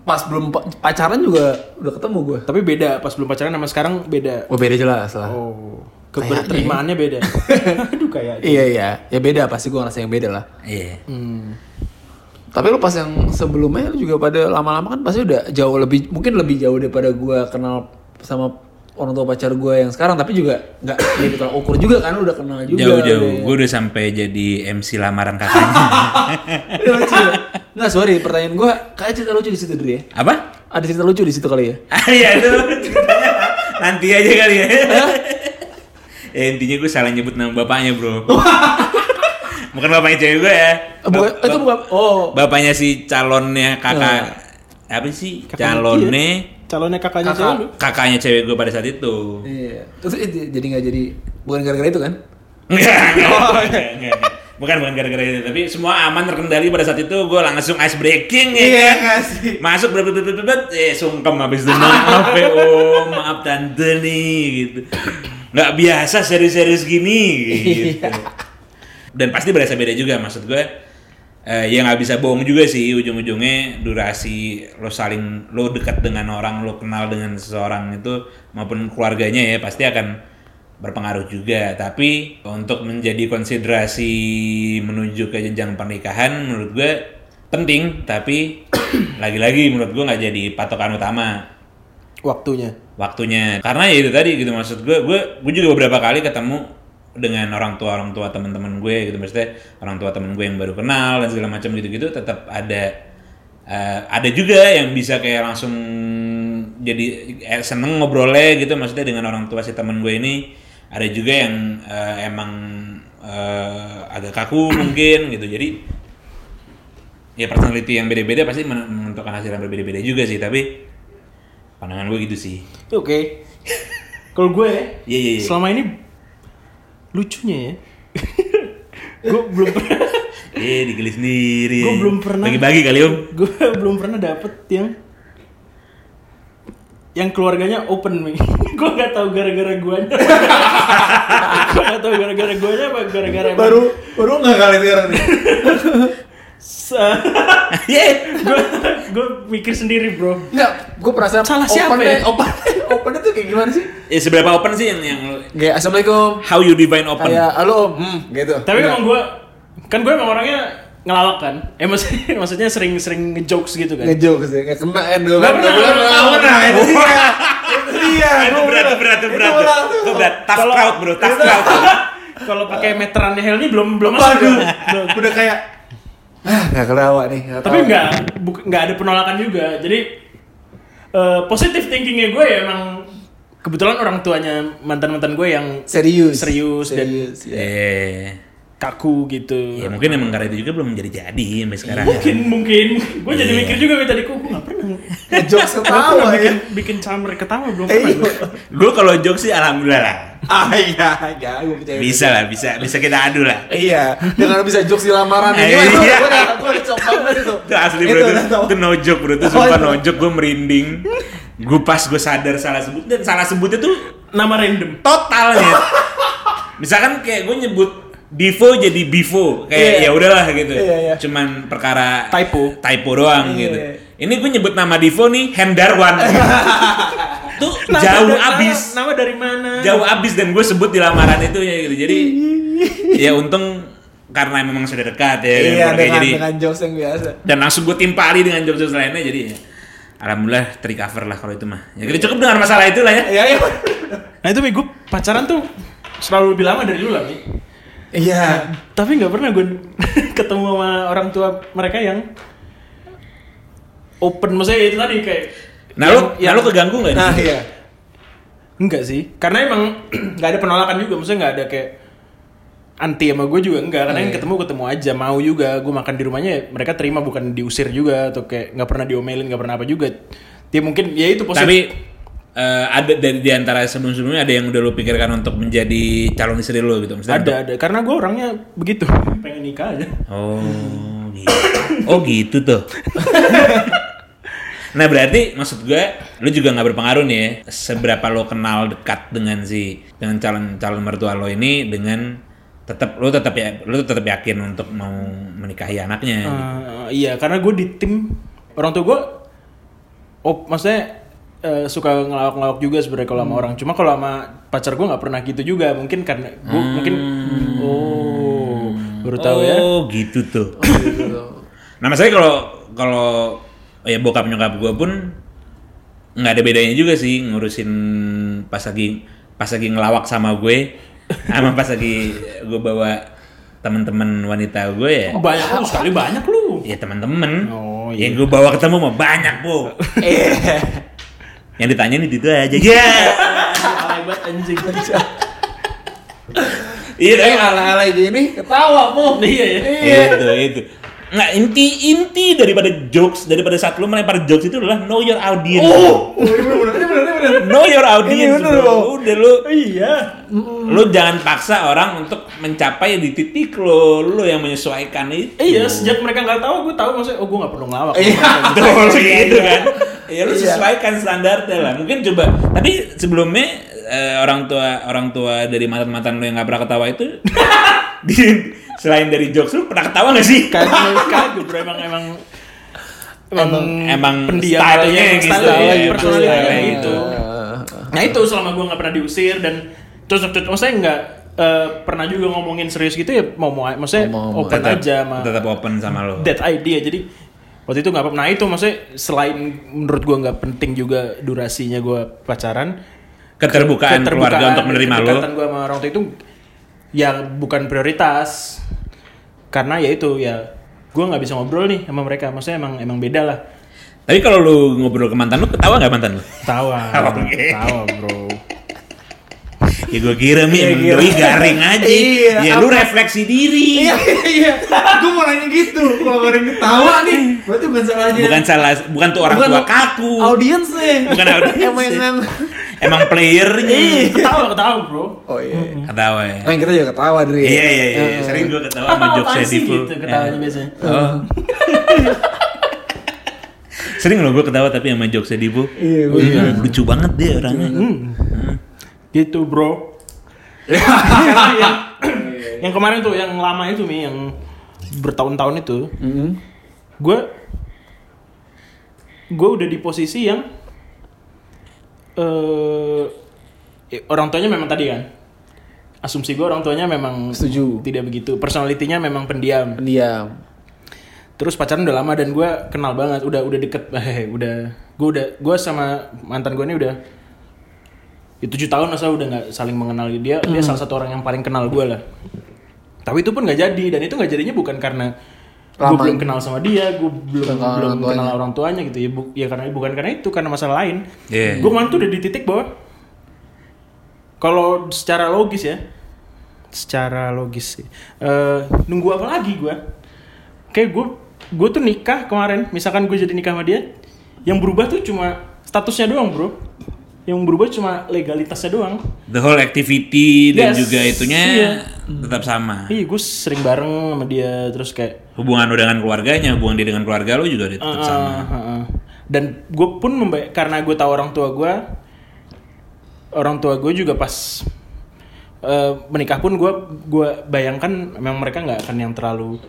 E: pas belum pa- pacaran juga udah ketemu gue
F: Tapi beda pas belum pacaran sama sekarang beda.
E: oh beda jelas lah
F: Oh, keberterimaannya beda. Aduh kayak.
E: iya iya ya beda pasti gue ngerasa yang beda lah
C: iya
F: Hmm.
E: Tapi lu pas yang sebelumnya lu juga pada lama-lama kan pasti udah jauh lebih mungkin lebih jauh daripada gua kenal sama orang tua pacar gua yang sekarang tapi juga nggak jadi tolak ukur juga kan lu udah kenal juga ya.
C: jauh-jauh
E: udah.
C: gue udah sampai jadi MC lamaran kakaknya
E: Udah lucu ya? nggak sorry pertanyaan gua kayak cerita lucu di situ Dri ya
C: apa
E: ada cerita lucu di situ kali ya
C: Ah, Iya itu ceritanya nanti aja kali ya. ya intinya gue salah nyebut nama bapaknya bro. bukan bapaknya cewek gue ya.
E: Eh, bukan-
C: Bap-
E: itu bukan oh
C: Bapaknya si calonnya kakak
E: Nah.
C: apa sih
F: Kakaknya
C: calonnya
F: Calonnya kakaknya
E: Kakak.
F: cewek lu.
C: kakaknya cewek gue pada saat itu.
E: iya terus eh, jadi nggak jadi bukan gara-gara itu kan
C: Enggak, enggak, enggak, enggak. Bukan bukan gara-gara itu, tapi semua aman terkendali pada saat itu gue langsung ice breaking ya. kan?
E: kasih
C: Masuk berat berat berat, berat, eh sungkem habis itu maaf ya om, maaf tante nih gitu. Nggak biasa serius-serius gini gitu. Dan pasti berasa beda juga maksud gue. Eh, ya nggak bisa bohong juga sih ujung-ujungnya durasi lo saling lo dekat dengan orang lo kenal dengan seseorang itu maupun keluarganya ya pasti akan berpengaruh juga tapi untuk menjadi konsiderasi menuju ke jenjang pernikahan menurut gue penting tapi lagi-lagi menurut gue nggak jadi patokan utama
F: Waktunya.
C: waktunya karena ya itu tadi gitu maksud gue gue gue juga beberapa kali ketemu dengan orang tua orang tua teman-teman gue gitu maksudnya orang tua teman gue yang baru kenal dan segala macam gitu-gitu tetap ada eh, ada juga yang bisa kayak langsung jadi eh, seneng ngobrolnya gitu maksudnya dengan orang tua si teman gue ini ada juga yang eh, emang eh, agak kaku mungkin gitu jadi ya personality yang beda-beda pasti men- menentukan hasil yang berbeda-beda juga sih tapi pandangan gue gitu sih
F: Oke. Kalau gue ya,
C: Iya iya iya.
F: selama ini lucunya ya. gue belum pernah
C: Eh digelis sendiri.
F: Gua belum pernah.
C: Bagi-bagi kali om.
F: gue belum pernah dapet yang yang keluarganya open nih gue nggak tahu gara-gara gue gue nggak tahu gara-gara gue apa gara-gara emang
E: baru baru nggak kali sekarang nih
F: gue gue mikir sendiri bro
E: nggak gue perasaan
F: Salah siapa ya?
E: open-nya- open open itu kayak gimana sih
C: Eh seberapa open sih yang yang lu-
E: kayak assalamualaikum
C: how you define open?
E: kayak halo om hmm, gitu
F: tapi
E: Nggak.
F: emang gue kan gue emang orangnya ngelawak kan? Eh maksudnya, maksudnya sering-sering ngejokes gitu kan?
E: Ngejokes ya, kayak kena kan dua kan.
F: pernah,
E: Nggak Iya,
F: nggak pernah. Iya.
E: Itu dia. Itu dia.
C: Ah, Itu berat, itu berat, itu berat.
E: berat.
C: Itu berat. Tough crowd bro, tough crowd.
F: Kalau pakai meterannya Helmi belum belum
E: Waduh,
F: Belum.
E: udah kayak ah nggak ketawa nih. nggak
F: Tapi
C: Oh.
E: ketawa.
F: nggak buk- nggak ada penolakan juga. Jadi eh, positive thinkingnya gue ya emang kebetulan orang tuanya mantan mantan gue yang
E: serius.
F: serius dan-
E: ya.
C: Eh,
F: kaku gitu.
C: ya mungkin emang karena itu juga belum jadi jadi sampai sekarang.
F: mungkin mungkin gue jadi
C: Iya.
F: mikir juga gue tadi kok gue nggak pernah
E: Ngejokes
F: nggak pernah
E: ketawa ya.
F: bikin bikin camar ketawa belum
E: Eh,
F: pernah
E: iya.
F: gue.
C: Gue kalau joke sih alhamdulillah lah.
E: Ah iya, iya, gue percaya.
C: Bisa lah, bisa, bisa kita adu lah.
E: Iya, dengan bisa jokes di lamaran
C: Eh,
E: ini. Wah,
C: iya.
E: Gue udah gue udah shock banget itu.
C: Itu asli bro, itu,
E: udah
C: itu no joke bro, itu
E: Oh,
C: sumpah
E: itu.
C: no joke, gue merinding Gue pas gue sadar salah sebut, dan salah sebutnya tuh
F: nama random
C: totalnya Misalkan kayak gue nyebut Divo jadi Bivo, kayak ya udahlah gitu
E: Iya, iya.
C: Cuman perkara
F: Typo.
C: typo doang gitu Ini gue nyebut nama Divo nih, Hendarwan Tuh
F: Nama
C: jauh
F: dari-
C: abis
F: nama, nama dari mana
C: jauh abis dan gue sebut di lamaran itu ya gitu jadi ya untung karena memang sudah dekat ya
E: Iya,
C: keluarga,
E: dengan
C: jadi
E: dengan jokes yang biasa.
C: dan langsung gue timpali dengan job-job lainnya jadi ya, alhamdulillah tercover lah kalau itu mah ya kita cukup dengan masalah itu lah ya
E: Iya, iya.
F: Nah itu Mi, gue pacaran tuh selalu lebih lama dari lu lah Mi.
E: Iya.
F: Tapi nggak pernah gue ketemu sama orang tua mereka yang open maksudnya itu tadi kayak
C: nah lu nah lu keganggu nggak di
E: Nah,
C: situ?
E: iya.
F: enggak sih karena emang nggak ada penolakan juga maksudnya nggak ada kayak anti sama gue juga enggak
C: Iya.
F: karena yang ketemu ketemu aja mau juga gue makan di rumahnya ya mereka terima bukan diusir juga atau kayak nggak pernah diomelin nggak pernah apa juga dia mungkin ya itu positif
C: tapi eh, ada dari di antara sebelum-sebelumnya ada yang udah lu pikirkan untuk menjadi calon istri lu gitu misalnya
F: ada ada karena gue orangnya begitu pengen nikah aja
C: Oh, gitu. oh gitu tuh. nah berarti maksud gue, lu juga nggak berpengaruh nih ya. Seberapa lo kenal dekat dengan si dengan calon calon mertua lo ini dengan tetap lo tetap ya lo tetap yakin untuk mau menikahi anaknya. gitu.
F: Eh, iya, karena gue di tim orang tua gue, oh maksudnya eh, suka ngelawak-ngelawak juga sebenarnya kalau sama orang. Cuma kalau sama pacar gue nggak pernah gitu juga. Mungkin karena gue mungkin Hmm. oh baru tahu ya.
C: Oh gitu tuh. nah masalahnya kalau kalau ya bokap nyokap gue pun nggak ada bedanya juga sih ngurusin pas lagi pas lagi ngelawak sama gue sama pas lagi gue bawa teman-teman wanita gue ya
F: Banyak lu sekali banyak lu.
C: ya teman-teman
F: Oh, iya.
C: yang gue bawa ketemu mah banyak bu
E: Iya.
C: yang ditanya nih itu aja ya
F: Alay banget anjing.
C: iya tapi
E: Eh, ala-ala gini ketawa, Bu.
F: Iya ya.
C: itu itu nggak inti inti daripada jokes daripada saat lu melempar jokes itu adalah know your audience
E: Oh, ini bener, ini bener, ini bener.
C: know your audience
E: Ini bener,
C: bro. udah lu
F: Iya.
C: lu jangan paksa orang untuk mencapai di titik lo lu yang menyesuaikan itu
F: Iya, sejak mereka nggak tahu, gue tahu maksudnya, oh gue nggak perlu ngelawak.
E: Iya. Ah,
C: betul gitu kan ya lu sesuaikan standarnya lah mungkin coba tapi sebelumnya eh, orang tua orang tua dari mantan mantan lu yang nggak pernah ketawa itu di- selain dari jokes lu pernah ketawa nggak sih
F: Kagak, kagak, bro. Emang emang emang,
C: emang
F: pendiam
C: stylenya
F: aja,
C: gitu,
F: style
C: ya,
F: gitu, personalnya
C: stylenya
F: gitu. Nah itu selama gue nggak pernah diusir dan terus terus maksudnya nggak eh, pernah juga ngomongin serius gitu ya mau mau maksudnya
E: Mau-mau
F: open
C: tetap,
F: aja sama
C: tetap open sama lo
F: that idea jadi waktu itu nggak apa-apa. Nah itu maksudnya selain menurut gue nggak penting juga durasinya gue pacaran
C: keterbukaan, Kan, keluarga untuk menerima lo
F: kedekatan gue sama orang tua itu ya bukan prioritas karena ya itu ya gue nggak bisa ngobrol nih sama mereka maksudnya emang emang beda lah
C: tapi kalau lu ngobrol ke mantan lu ketawa nggak mantan lu
F: tawa
C: Oke.
F: tawa bro
C: Ya gue kira Mi emang
E: kira.
C: doi garing aja.
E: Iya,
C: ya lu refleksi diri.
E: Iya, iya. Gue mau nanya gitu. Kalau orang ketawa nih, berarti bukan salahnya.
C: Bukan salah bukan tuh orang
E: Bukan
C: tua
E: lu-
C: kaku.
E: audiens nih.
C: Bukan audiens.
E: Emang yang
C: Emang playernya.
F: ketawa ketawa bro
E: Oh iya.
C: Ketawa ya.
E: Kan kita juga ketawa dari.
C: Iya iya iya, sering gue ketawa sama
F: Apaan
C: jokes
F: sih
C: Edipo.
F: gitu ketawanya biasanya?
E: Hmm.
C: Oh. sering lo gue ketawa tapi sama jokes Edipo.
E: Iya, gua
C: Iya, lucu banget dia orangnya.
F: Gitu bro.
C: Iya,
F: Karena yang, yang kemarin tuh yang lama itu mi yang bertahun-tahun itu,
E: Hmm.
F: gue gue udah di posisi yang eh eh, orang tuanya memang tadi kan asumsi gue orang tuanya memang
E: Setuju.
F: tidak begitu personalitinya memang pendiam
E: Pendiam.
F: terus pacaran udah lama dan gue kenal banget udah udah deket eh, udah gue udah gue sama mantan gue ini udah ya tujuh tahun masa udah nggak saling mengenal dia
E: Hmm.
F: dia salah satu orang yang paling kenal gue lah tapi itu pun nggak jadi dan itu nggak jadinya bukan karena gue
E: Lama.
F: belum kenal sama dia gue belum
E: kenal
F: belum
E: orang tuanya.
F: kenal orang tuanya gitu ya, bu- ya karena bukan karena itu karena masalah lain
C: Iya.
F: gue kemarin tuh udah di titik bahwa kalau secara logis ya secara logis sih eh, nunggu apa lagi gue kayak gue gue tuh nikah kemarin misalkan gue jadi nikah sama dia yang berubah tuh cuma statusnya doang bro yang berubah cuma legalitasnya doang
C: The whole activity dan
F: Yes,
C: juga itunya
F: iya.
C: tetap sama.
F: Iya, gue sering bareng sama dia terus kayak
C: Hubungan lo dengan keluarganya, hubungan dia dengan keluarga lo juga tetap
F: "Ah,
C: sama.
F: ah, ah, ah." Dan gue pun memba- karena gue tahu orang tua gue, orang tua gue juga pas eh, menikah pun gue gua bayangkan memang mereka nggak akan yang terlalu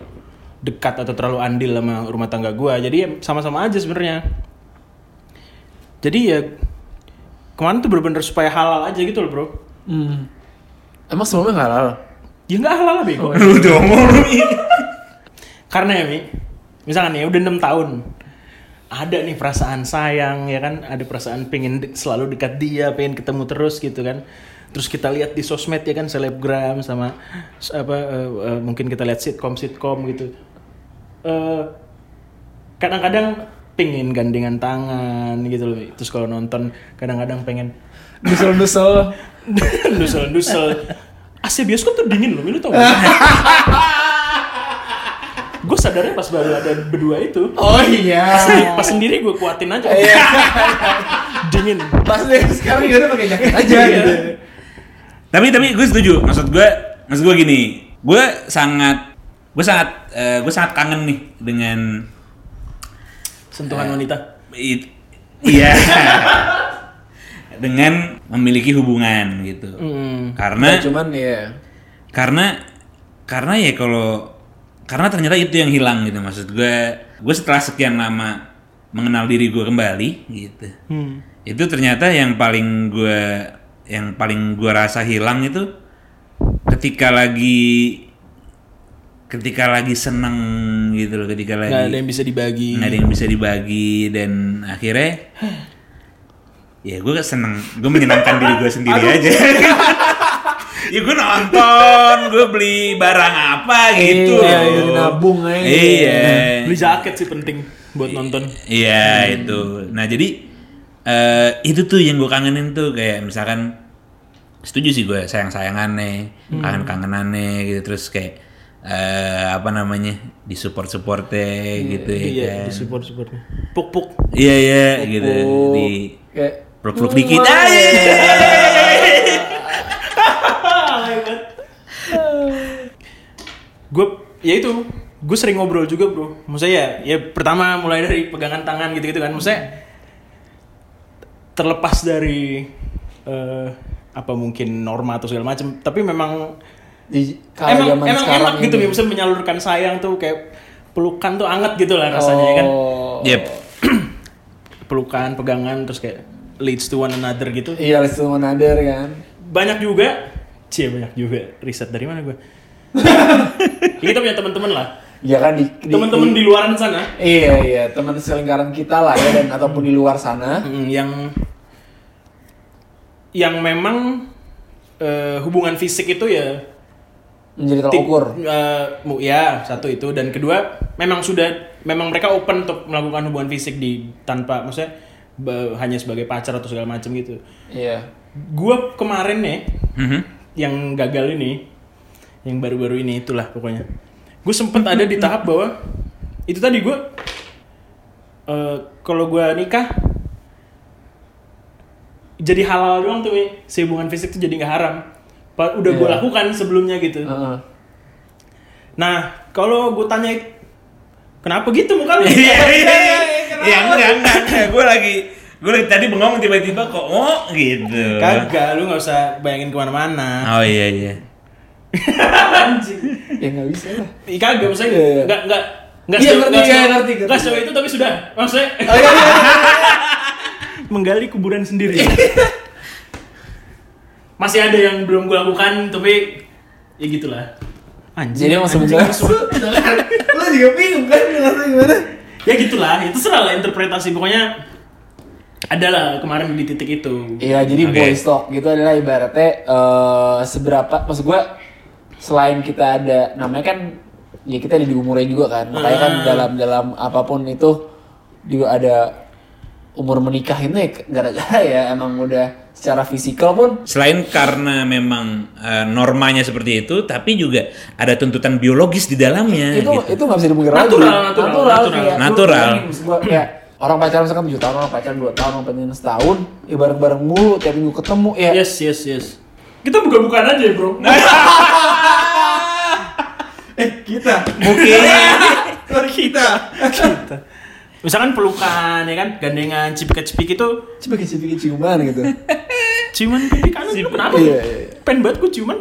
F: dekat atau terlalu andil sama rumah tangga gue. Jadi ya sama-sama aja sebenarnya. Jadi ya kemarin tuh bener-bener supaya halal aja gitu loh bro.
E: Hmm. Emang sebelumnya nggak halal?
F: Ya nggak halal lah bego.
C: Lu dongol lu.
F: Karena ya, Mi, misalkan ya udah 6 tahun. Ada nih perasaan sayang ya kan, ada perasaan pengen de- selalu dekat dia, pengen ketemu terus gitu kan. Terus kita lihat di sosmed ya kan selebgram sama s- apa eh, eh, mungkin kita lihat sitkom-sitkom gitu. Eh, kadang-kadang pengen gandengan tangan gitu loh. Mi. Terus kalau nonton kadang-kadang pengen
E: Dusel-dusel.
F: dusel-dusel. AC bioskop tuh dingin loh, Mi, lu tau gak? gue sadarnya pas baru ada berdua itu.
E: Oh iya.
F: Pas- pas sendiri gue kuatin aja. dingin.
E: Pas deh sekarang dia udah pakai jaket aja
F: Iya.
E: gitu.
C: tapi tapi gue setuju. Maksud gue, maksud gue gini. Gue sangat, gue sangat, eh, gue sangat kangen nih dengan
F: Sentuhan wanita.
C: It- Iya. dengan memiliki hubungan gitu.
F: Mm.
C: Karena
E: Cuman ya.
C: karena karena ya kalau karena ternyata itu yang hilang gitu maksud gue gue setelah sekian lama mengenal diri gue kembali gitu
F: Hmm.
C: itu ternyata yang paling gue yang paling gue rasa hilang itu ketika lagi ketika lagi seneng gitu loh ketika lagi
F: Gak ada yang bisa dibagi.
C: nggak ada yang bisa dibagi dan akhirnya ya gue seneng gue menyenangkan diri gue sendiri aja ya gue nonton gue beli barang apa gitu
E: Iya, iya, nabung aja.
C: iya
F: Beli jaket sih penting buat nonton.
C: iya itu nah jadi eh, itu tuh yang gue kangenin tuh kayak misalkan setuju sih gue sayang sayangannya kangen kangenannya gitu terus kayak eh, apa namanya disupport supportnya gitu ya kan.
F: Iya, di support supportnya. Puk puk.
C: Iya iya gitu di
E: Kayak
C: peluk-peluk dikit. Ah, iya, iya, iya, iya, iya, iya.
F: Gue ya itu. Gue sering ngobrol juga bro. Maksudnya ya, ya pertama mulai dari pegangan tangan gitu gitu kan. Maksudnya terlepas dari eh, apa mungkin norma atau segala macam. Tapi memang
E: di kala
F: emang
E: zaman
F: emang
E: sekarang
F: enak gitu
E: ini.
F: ya bisa menyalurkan sayang tuh kayak pelukan tuh anget gitu lah rasanya ya kan
E: Oh.
C: Yep.
F: pelukan pegangan terus kayak leads to one another gitu
E: Iya, let's do one another kan.
F: banyak juga cie banyak juga riset dari mana gue Ya, kita punya teman-teman lah
E: Ya kan di, di-
F: teman-teman di luaran sana
E: Iya iya teman selingkaran kita lah ya dan ataupun di luar sana.
F: Mm, yang yang memang eh, hubungan fisik itu ya
E: menjadi
F: ti-
E: tolak ukur.
F: eh, mu- ya satu itu dan kedua memang sudah memang mereka open untuk melakukan hubungan fisik di tanpa maksudnya be- hanya sebagai pacar atau segala macam gitu.
E: Iya.
F: Gua kemarin nih
C: Mhm.
F: yang gagal ini, yang baru-baru ini itulah pokoknya. Gue sempet ada di tahap bahwa itu tadi gue eh kalau gua nikah jadi halal doang tuh, Mi. si hubungan fisik tuh jadi nggak haram. Pa- Udah gue
E: Iya.
F: lakukan sebelumnya gitu.
E: Heeh.
F: Nah, kalau gue tanya kenapa gitu muka lu?
C: Iya iya iya. Ya enggak enggak. enggak. Gue lagi gue lagi tadi bengong tiba-tiba kok oh gitu.
F: Kagak, lu nggak usah bayangin kemana-mana.
C: Oh iya iya.
F: Anjing.
E: Ya nggak bisa lah.
F: Ih, Kagak, maksudnya
E: Iya, iya.
F: nggak nggak nggak
E: Iya,
F: sejauh-
E: ngerti,
F: nggak
E: iya,
F: sejauh-
E: ngerti, ngerti.
F: nggak sejauh itu tapi sudah maksudnya
E: Oh, iya, iya, iya.
F: menggali kuburan sendiri. Masih ada yang belum gue lakukan tapi ya gitulah. Anjing.
E: Jadi emang
F: anjing,
E: sebenarnya
F: lu-
E: lu juga bingung kan ngerasa gimana.
F: ya gitulah itu serah lah interpretasi pokoknya adalah kemarin di titik itu
E: Iya, jadi
C: Oke.
E: boy stock gitu adalah ibaratnya eh, seberapa maksud gua selain kita ada namanya kan ya kita ada di umurnya juga kan. Makanya kan
F: Ah.
E: dalam dalam apapun itu juga ada umur menikah itu ya gara-gara ya emang udah secara fisikal pun
C: Selain karena memang eh, normanya seperti itu, tapi juga ada tuntutan biologis di dalamnya.
E: itu
C: gitu.
E: itu nggak bisa dipungkir lagi
F: Eh, Natural, natural, natural.
E: kayak-
C: Natural.
E: lu- lu- maksud gua kayak orang pacaran misalkan 7 tahun orang pacaran 2 tahun orang pacaran setahun ya bareng bareng mulu tiap minggu ketemu ya
F: yes yes yes kita buka-bukaan aja ya bro Eh,
C: Mungkin
F: misalkan pelukan ya kan gandengan cipika-cipik itu
E: coba kasih bikin ciuman gitu
F: ciuman pipi kanan lu kenapa
E: Iya, iya,
F: pen banget gua ciuman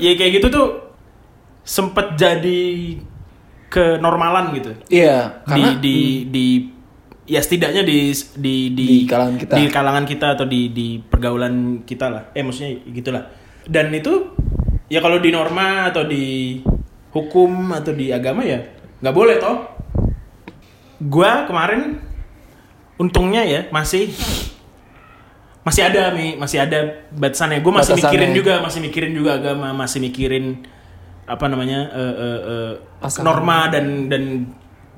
F: ya kayak gitu tuh sempet jadi kenormalan gitu
E: iya
F: di
E: karena
F: di di ya setidaknya di di di,
E: Di kalangan kita.
F: di kalangan kita atau di di pergaulan kita lah eh maksudnya gitulah dan itu ya kalau di norma atau di hukum atau di agama ya nggak boleh toh gua kemarin untungnya ya masih masih ada Mi, masih ada batasannya gue masih
E: Batasannya.
F: mikirin juga masih mikirin juga agama masih mikirin apa namanya eh, eh, eh,
E: Pasangan.
F: norma dan dan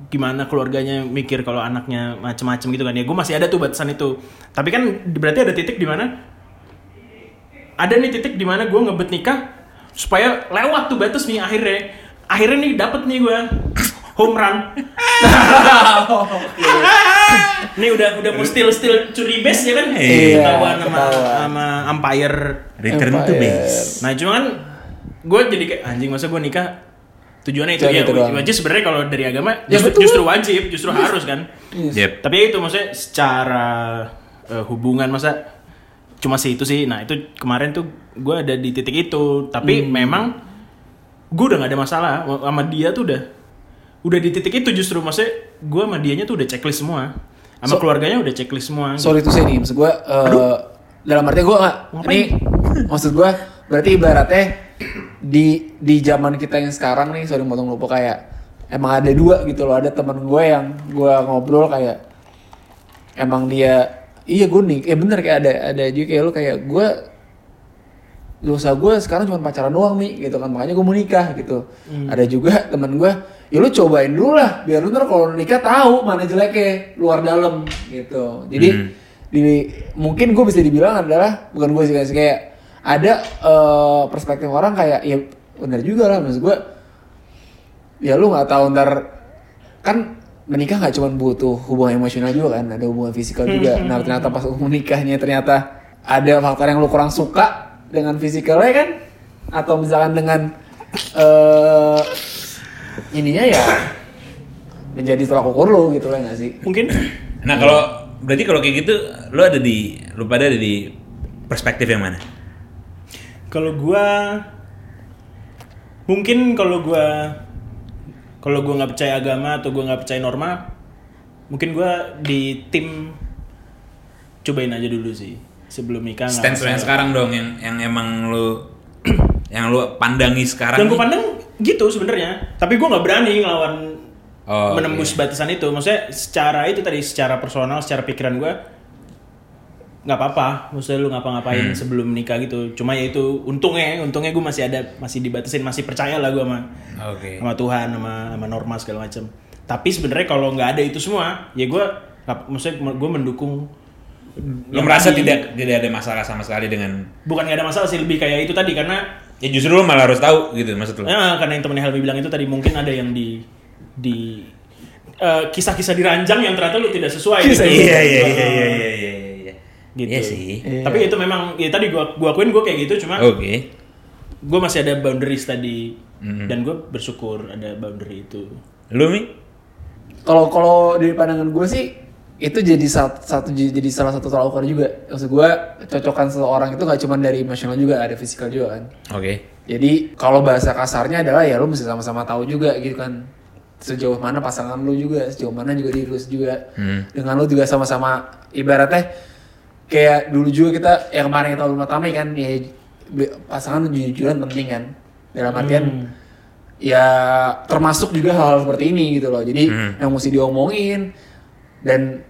F: gimana keluarganya mikir kalau anaknya macem-macem gitu kan ya gue masih ada tuh batasan itu tapi kan di- berarti ada titik di mana ada nih titik di mana gue ngebet nikah supaya lewat tuh batas nih akhirnya akhirnya nih dapet nih gue home run Ini udah udah mau still still curi base ya kan?
C: Iya,
F: ketahuan sama
E: ketahuan.
F: sama umpire.
C: return to
E: Empire.
C: base.
F: Nah, cuman kan gue jadi kayak anjing masa gue nikah tujuannya itu
E: Tujuan
F: ya
E: itu doang.
F: wajib sebenarnya kalau dari agama
E: Ya,
F: justru,
E: betul.
F: justru wajib justru harus kan
E: iya,
C: Yep.
F: tapi ya itu maksudnya secara eh, hubungan masa cuma sih itu sih nah itu kemarin tuh gue ada di titik itu tapi
E: Hmm.
F: memang gue udah nggak ada masalah Wa- sama dia tuh udah udah di titik itu justru maksudnya gue sama dianya tuh udah checklist semua sama
E: So-
F: keluarganya udah checklist semua
E: sorry tuh saya nih maksud gue dalam artinya gue nggak
F: Ngapain?
E: ini maksud gue berarti ibaratnya di di zaman kita yang sekarang nih sorry motong lupa kayak emang ada dua gitu loh ada teman gue yang gue ngobrol kayak emang dia iya gue nih ya bener kayak ada ada juga kayak lo kayak gue dosa gue sekarang cuma pacaran doang nih gitu kan makanya gue mau nikah gitu ada juga teman gue ya lu cobain dulu lah biar lu ntar kalau nikah tahu mana jeleknya luar dalam gitu jadi di- mungkin gue bisa dibilang adalah bukan gue sih guys kayak ada eh, perspektif orang kayak ya bener juga lah maksud gue ya lu nggak tahu ntar kan menikah nggak cuma butuh hubungan emosional juga kan ada hubungan fisikal juga nah ternyata pas lu menikahnya ternyata ada faktor yang lu kurang suka dengan fisikalnya kan atau misalkan dengan eh ininya ya menjadi tolak ukur lu gitu lah nggak sih
F: mungkin
C: Nah kalau berarti kalau kayak gitu, lu ada di, lu pada ada di perspektif yang mana?
F: kalau gua mungkin kalau gua kalau gua nggak percaya agama atau gua nggak percaya norma mungkin gua di tim cobain aja dulu sih sebelum nikah nggak
C: Stance lu yang
F: masalah.
C: sekarang dong, yang yang emang lu yang lu pandangi sekarang.
F: dan gua
C: nih.
F: pandang gitu sebenarnya tapi gua nggak berani ngelawan
C: Oh,
F: menembus batasan itu maksudnya secara itu tadi secara personal secara pikiran gua nggak apa-apa maksudnya lu
C: Hmm.
F: ngapa-ngapain sebelum nikah gitu cuma ya itu untungnya untungnya gua masih ada masih dibatasin masih percaya lah gua sama
C: Oke.
F: sama Tuhan sama sama norma segala macam tapi sebenarnya kalau nggak ada itu semua ya gue maksudnya gue mendukung
C: Lu merasa tidak tidak ada masalah sama sekali dengan
F: bukan nggak ada masalah sih lebih kayak itu tadi karena
C: Ya justru lu malah harus tahu gitu maksud lu.
F: ya, karena yang temennya Helmi bilang itu tadi mungkin ada yang di di eh, kisah-kisah diranjang yang ternyata lu tidak sesuai
E: Kisah-
F: gitu.
C: Iya iya iya iya iya iya. iya.
F: Gitu.
C: Iya sih. Oh.
F: tapi itu memang ya tadi gua gua akuin gue kayak gitu cuma
C: Oke.
F: gue masih ada boundaries tadi dan gue bersyukur ada boundary itu
C: Lu Mi?
E: kalau kalau dari pandangan gue sih itu jadi satu, satu jadi salah satu tolak ukur juga maksud gue cocokan seseorang itu nggak cuma dari emosional juga ada fisikal juga kan
C: Oke.
E: Jadi kalau bahasa kasarnya adalah ya lu mesti sama-sama tahu juga gitu kan sejauh mana pasangan lu juga, sejauh mana juga diri lu juga. Dengan lu juga sama-sama ibaratnya kayak dulu juga kita yang kemarin kita tahun pertama kan ya be- pasangan jujur-jujuran penting kan. Dalam artian ya termasuk juga hal, -hal seperti ini gitu loh. Jadi yang mesti diomongin dan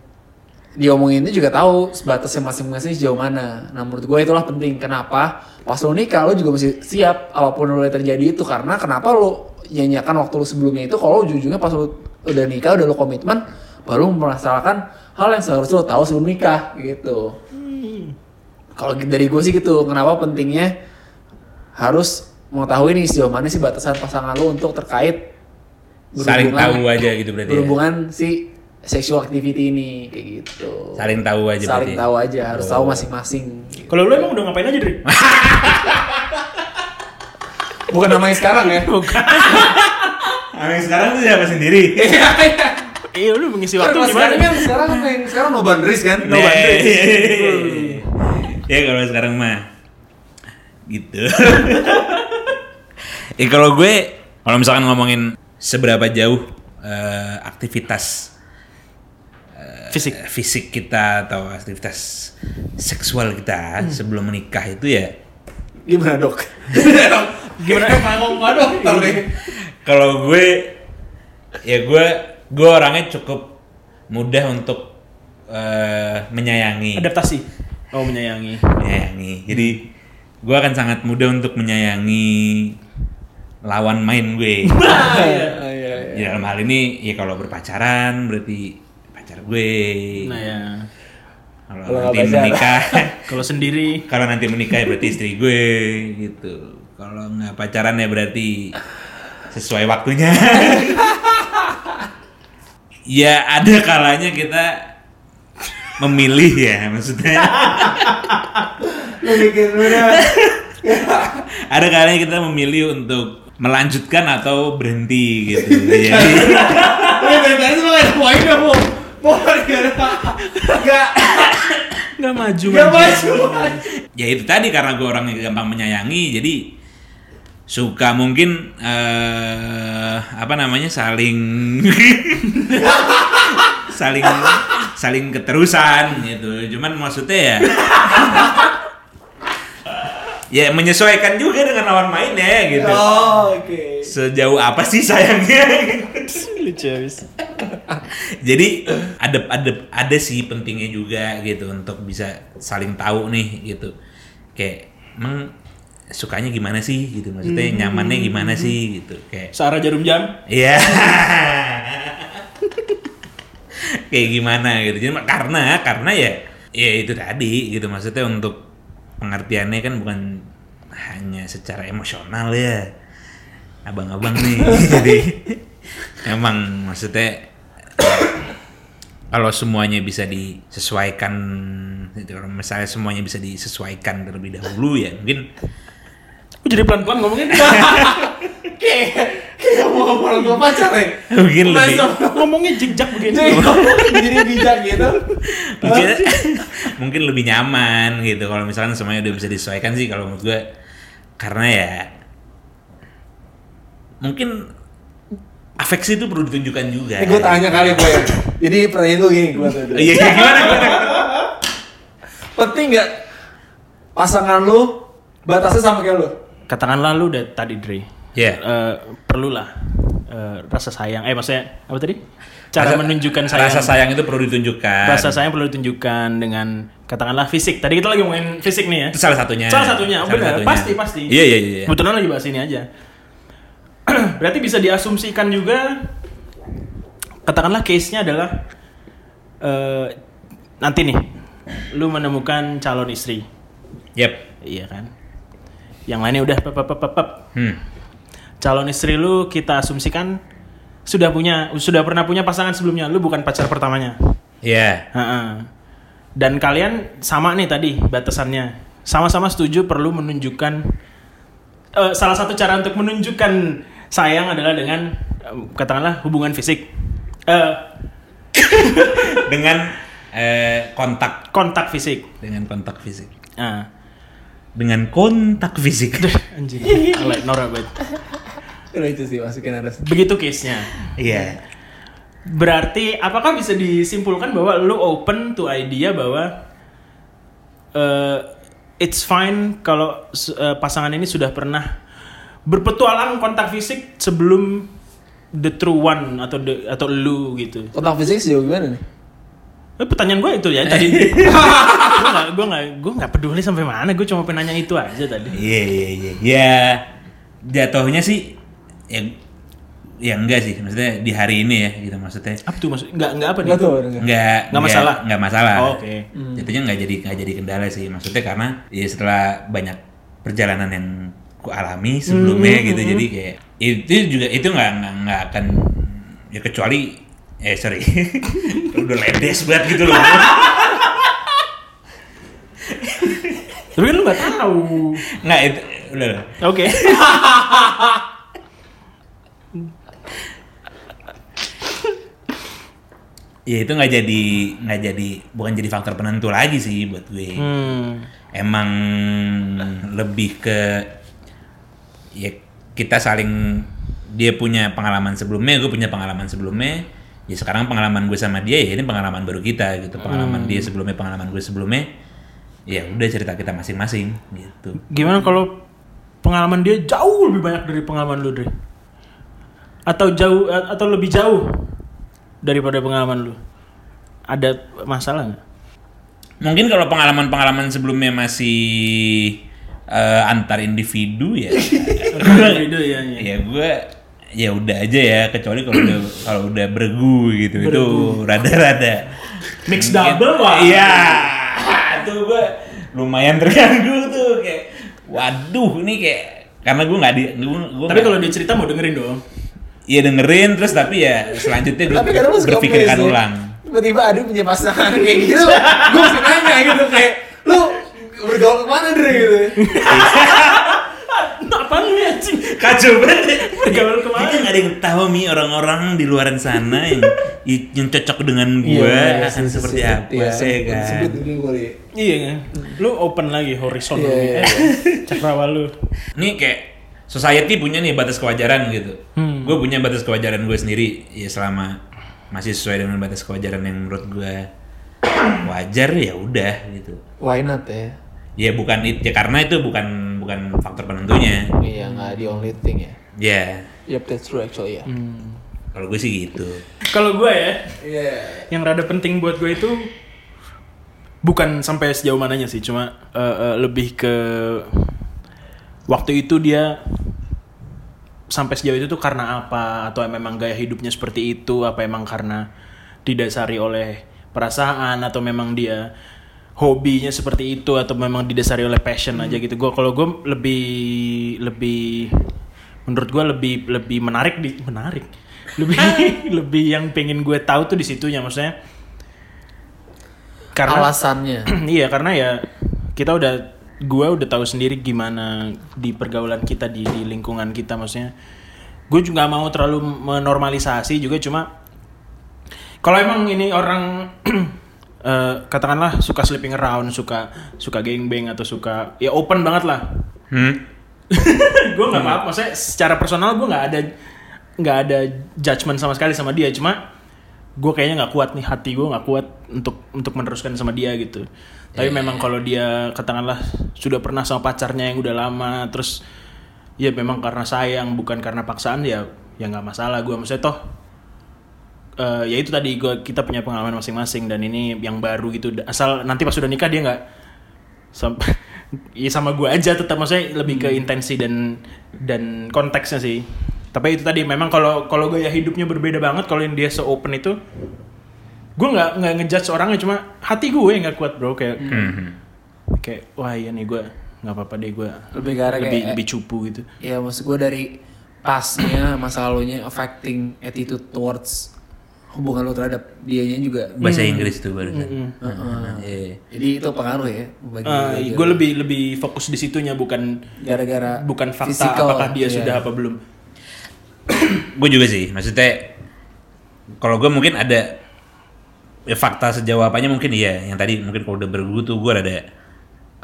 E: diomongin itu juga tahu batasnya masing-masing sejauh mana. Nah menurut gue itulah penting. Kenapa? Pas lo nikah lo juga mesti siap apapun yang terjadi itu karena kenapa lo nyanyiakan waktu lo sebelumnya itu kalau ujung-ujungnya pas lo udah nikah udah lo komitmen baru merasakan hal yang seharusnya lo tahu sebelum nikah gitu. Kalau dari gue sih gitu. Kenapa pentingnya harus mengetahui nih sejauh mana sih batasan pasangan lo untuk terkait
C: Saling
E: berhubungan-
C: tahu aja gitu berarti ya.
E: berhubungan si sexual activity ini kayak gitu.
C: Saling tahu aja
E: Saling
C: berarti. Oh.
E: tahu aja, harus tahu masing-masing. gitu.
F: Kalau lu emang udah ngapain aja, Dri?
E: Bukan namanya sekarang ya.
C: Anak sekarang tuh siapa sendiri?
F: Iya, lu mengisi waktu
E: Kan kalau
F: gimana?
E: sekarang kan sekarang apa yang sekarang no boundaries kan? No
C: Nah,
E: boundaries.
C: iya, iya, iya, iya. Ya kalau sekarang mah gitu. ya kalau gue kalau misalkan ngomongin seberapa jauh eh, aktivitas
F: Fisik.
C: eh, fisik kita atau aktivitas seksual kita
E: Hmm.
C: sebelum menikah itu ya
E: Gimana Iya, dok?
F: Gimana?
E: Ngomong apa dok? Tahu deh.
C: kalau gue ya gue gue orangnya cukup mudah untuk eh, menyayangi.
F: Adaptasi. Oh, menyayangi.
E: Iya.
C: menyayangi. Jadi gue akan sangat mudah untuk menyayangi lawan main gue. Di
E: Iya,
C: dalam hal ini ya kalau berpacaran berarti pacar gue.
F: Nah, ya.
C: Kalau
E: Kalau
C: nanti
E: nggak pacaran.
C: menikah,
F: Kalau sendiri
C: kalau nanti menikah ya berarti istri gue gitu. Kalau nggak pacaran ya berarti sesuai waktunya. ya ada kalanya kita memilih ya maksudnya.
E: Lu bikin mana?
C: ada kalanya kita memilih untuk melanjutkan atau berhenti gitu. Jadi
E: Lu bener-bener semua ada poin dong. Mau mau Gak
F: nggak maju.
E: gak maju.
C: ya itu tadi karena gue orangnya gampang menyayangi, jadi suka mungkin eh apa namanya saling saling saling keterusan gitu. Cuman maksudnya ya ya menyesuaikan juga dengan lawan mainnya gitu.
E: Oh, Oke.
C: Sejauh apa sih sayangnya?
F: Lucu abis.
C: Jadi ada ada ada sih pentingnya juga gitu untuk bisa saling tahu nih gitu. Kayak emang sukanya gimana sih gitu maksudnya nyamannya gimana sih gitu kayak
F: Searah jarum jam.
C: iya kayak gimana gitu jadi karena karena ya ya itu tadi gitu maksudnya untuk pengertiannya kan bukan hanya secara emosional ya abang-abang nih jadi emang maksudnya kalau semuanya bisa disesuaikan kalau misalnya semuanya bisa disesuaikan terlebih dahulu ya mungkin
F: Kok jadi pelan-pelan ngomongin?
E: Kayak kayak mau ngomong gue pacar ya.
C: mungkin lebih
E: Masuk.
F: ngomongnya jigjak
E: Jadi
C: gitu.
F: begini.
E: jadi bijak gitu.
C: mungkin, mungkin lebih nyaman gitu kalau misalkan semuanya udah bisa disesuaikan sih kalau menurut gue karena ya mungkin afeksi itu perlu ditunjukkan juga
E: Ini gue Eh, tanya kali gue ya. Jadi pertanyaan gue gini gue tanya.
C: iya iya, gimana gimana
E: Penting nggak pasangan lu batasnya sama kayak lu?
F: Katakanlah lu udah tadi Dre.
C: Iya.
F: Eh, perlulah eh, rasa sayang. Eh maksudnya apa tadi? Cara
C: Rasa-
F: menunjukkan sayang.
C: rasa sayang itu perlu ditunjukkan
F: Rasa sayang perlu ditunjukkan dengan katakanlah fisik. Tadi kita lagi ngomongin fisik nih ya.
C: itu salah satunya
F: Salah satunya, benar. Pasti, pasti.
C: iya iya iya iya.
F: Kebetulan lagi bahas ini aja. Berarti bisa diasumsikan juga katakanlah case-nya adalah eh, nanti nih lu menemukan calon istri.
C: yep
F: Iya kan? Yang lainnya udah pep, pep, pep, pep, pep.
C: hmm.
F: Calon istri lu kita asumsikan sudah punya sudah pernah punya pasangan sebelumnya. Lu bukan pacar pertamanya.
C: Iya.
F: Ha-ha. Dan kalian sama nih tadi batasannya. Sama-sama setuju perlu menunjukkan eh, salah satu cara untuk menunjukkan sayang adalah dengan eh, katakanlah hubungan fisik. Eh,
C: dengan eh, kontak
F: kontak fisik.
C: dengan kontak fisik
F: Ah.
C: dengan kontak fisik
F: Anjing. Alay, norak banget.
E: Udah itu sih masukin harus.
F: Begitu case-nya.
C: iya
F: Berarti apakah bisa disimpulkan bahwa lu open to idea bahwa eh, it's fine kalau s- eh, pasangan ini sudah pernah berpetualang kontak fisik sebelum the true one atau the, atau lu gitu.
E: Kontak fisik sejauh gimana nih?
F: Eh, pertanyaan gue itu ya tadi. gue gak, gue gak, gue gak peduli sampai mana. Gue cuma pengen nanya itu aja tadi.
C: Iya iya iya. Ya jatuhnya sih ya ya enggak sih maksudnya di hari ini ya gitu maksudnya.
F: Apa tuh maksud? Gak, gak apa nih?
E: Enggak tuh.
C: Enggak
E: enggak.
F: Nggak masalah?
C: Enggak masalah.
F: Oh, oke.
C: Jatuhnya enggak jadi enggak jadi kendala sih maksudnya karena ya setelah banyak perjalanan yang ku alami sebelumnya gitu jadi kayak itu juga itu nggak nggak nggak akan ya kecuali eh sorry udah ledes banget gitu loh
F: Tapi kan lu gak tahu.
C: nggak itu udah udah.
F: Oke.
C: ya itu nggak jadi nggak jadi bukan jadi faktor penentu lagi sih buat gue
F: Hmm.
C: emang lebih ke ya kita saling dia punya pengalaman sebelumnya gue punya pengalaman sebelumnya ya sekarang pengalaman gue sama dia ya ini pengalaman baru kita gitu pengalaman dia sebelumnya pengalaman gue sebelumnya ya udah cerita kita masing-masing gitu
F: Gimana kalau pengalaman dia jauh lebih banyak dari pengalaman lu, Dre? Atau jauh atau lebih jauh daripada pengalaman lu? Ada masalah nggak?
C: mungkin kalau pengalaman-pengalaman sebelumnya masih eh, antar individu ya
F: Itu ya, ya.
C: ya gue ya udah aja ya kecuali kalau udah kalau udah bergu gitu itu rada-rada
F: Mix
C: Mungkin-
F: double, wah.
C: iya itu gue lumayan terganggu tuh kayak waduh ini kayak karena gue nggak di gue gue
F: Tapi
C: nggak-
F: kalau dia cerita mau dengerin dong.
C: iya dengerin terus tapi ya selanjutnya gue
E: Tapi kadang lu suka
C: berpikirkan
E: please, ya.
C: ulang
E: Tiba-tiba ada punya pasangan kayak gitu. gue mesti nanya gitu kayak lu bergaul kemana Dre
C: Iya,
E: gitu.
F: Apa lu anjing?
C: kacau banget
F: Bergaul kemana?
C: Kayaknya nggak ada yang tahu mi orang-orang di luaran sana yang yang cocok dengan gue akan seperti apa
E: Iya,
C: ya kan
E: Sebut ini kali.
F: Iya kan? Lu open lagi horizon
E: Iya,
F: lebih.
E: iya,
F: Eh, Cakrawala lu.
C: Ini kayak society punya nih batas kewajaran gitu. Gue punya batas kewajaran gue sendiri ya selama masih sesuai dengan batas kewajaran yang menurut gue wajar ya udah gitu.
E: Why not ya?
C: Ya bukan itu ya karena itu bukan bukan faktor penentunya.
E: Iya, nggak the only thing ya.
C: Ya
E: Yep, that's true actually ya.
C: kalau gue sih gitu.
F: Kalau gue ya,
E: Iya.
F: yang rada penting buat gue itu bukan sampai sejauh mananya sih cuma eh, eh, lebih ke waktu itu dia sampai sejauh itu tuh karena apa atau memang gaya hidupnya seperti itu apa emang karena didasari oleh perasaan atau memang dia hobinya seperti itu atau memang didasari oleh passion aja gitu gua kalau gue lebih lebih menurut gue lebih lebih menarik di menarik lebih lebih yang pengen gue tahu tuh di situnya maksudnya karena
E: Alasannya.
F: iya karena ya kita udah gua udah tahu sendiri gimana di pergaulan kita di, di lingkungan kita maksudnya gue juga nggak mau terlalu menormalisasi juga cuma kalau emang ini orang eh, katakanlah suka sleeping around suka suka gangbang atau suka ya open banget lah
C: Hmm?
F: gue nggak apa-apa maksudnya secara personal gue nggak ada nggak ada judgement sama sekali sama dia cuma gue kayaknya nggak kuat nih hati gue nggak kuat untuk untuk meneruskan sama dia gitu tapi memang kalau dia katakanlah sudah pernah sama pacarnya yang udah lama terus ya memang karena sayang bukan karena paksaan ya ya nggak masalah gue maksudnya toh eh, ya itu tadi gua kita punya pengalaman masing-masing dan ini yang baru gitu asal nanti pas sudah nikah dia nggak sampai ya sama gue aja tetap maksudnya lebih
E: Hmm.
F: ke intensi dan dan konteksnya sih tapi itu tadi memang kalau kalau gaya hidupnya berbeda banget kalau yang dia se open itu gue nggak nggak ngejudge orangnya cuma hati gue yang nggak kuat bro kayak
E: Hmm.
F: kayak wah iya nih gue nggak apa-apa deh gue
E: Lebih ke arah
F: lebih
E: kayak-
F: lebih cupu gitu
E: Ya maksud gue dari pasnya masa lalunya affecting attitude towards hubungan lo terhadap dianya juga.
C: Bahasa Inggris tuh barusan. Iya.
E: Jadi itu pengaruh ya bagi bagi
F: gue Ah, iya,
E: lo.
F: lebih lebih fokus di situnya bukan
E: gara-gara
F: bukan fakta
E: physical,
F: apakah dia
E: iya.
F: sudah apa belum
C: gue juga sih maksudnya kalau gue mungkin ada ya, fakta sejauh apanya mungkin iya yang tadi mungkin kalau udah bergu tuh gue ada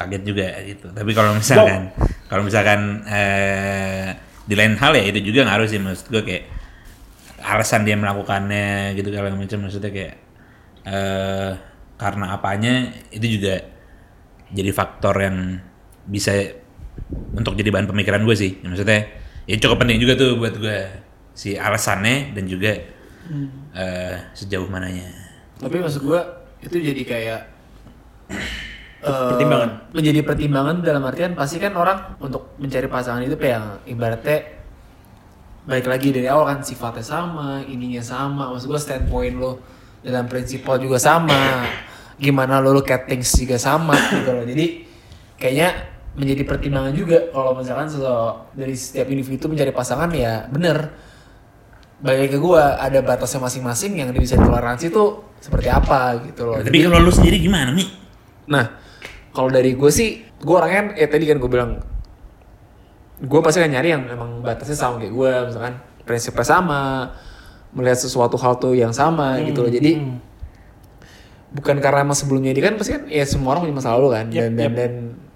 C: kaget juga gitu tapi kalau misalkan kalau misalkan eh, di lain hal ya itu juga ngaruh sih maksud gue kayak alasan dia melakukannya gitu kalau macam maksudnya kayak eh karena apanya itu juga jadi faktor yang bisa untuk jadi bahan pemikiran gue sih maksudnya ya cukup penting juga tuh buat gue si alasannya dan juga eh, sejauh mananya
E: Tapi maksud gua itu jadi kayak eh,
F: Pertimbangan.
E: menjadi pertimbangan dalam artian pasti kan orang untuk mencari pasangan itu kayak yang ibaratnya baik lagi dari awal kan sifatnya sama, ininya sama, maksud gua standpoint lo dalam prinsipal juga sama, gimana lo lo things juga sama gitu loh. Jadi kayaknya menjadi pertimbangan juga kalau misalkan sosok dari setiap individu mencari pasangan ya bener balik ke gua ada batasnya masing-masing yang bisa ditoleransi itu seperti apa
F: Oh,
E: gitu loh.
C: tapi kalau lu sendiri gimana Mi?
E: Nah, kalau dari gue sih, gue orangnya, ya tadi kan gue bilang, gue pasti akan nyari yang emang batasnya sama kayak gue, misalkan prinsipnya sama, melihat sesuatu hal tuh yang sama gitu loh. Jadi bukan karena emang sebelumnya dia kan pasti kan ya semua orang punya masa lalu kan dan dan, dan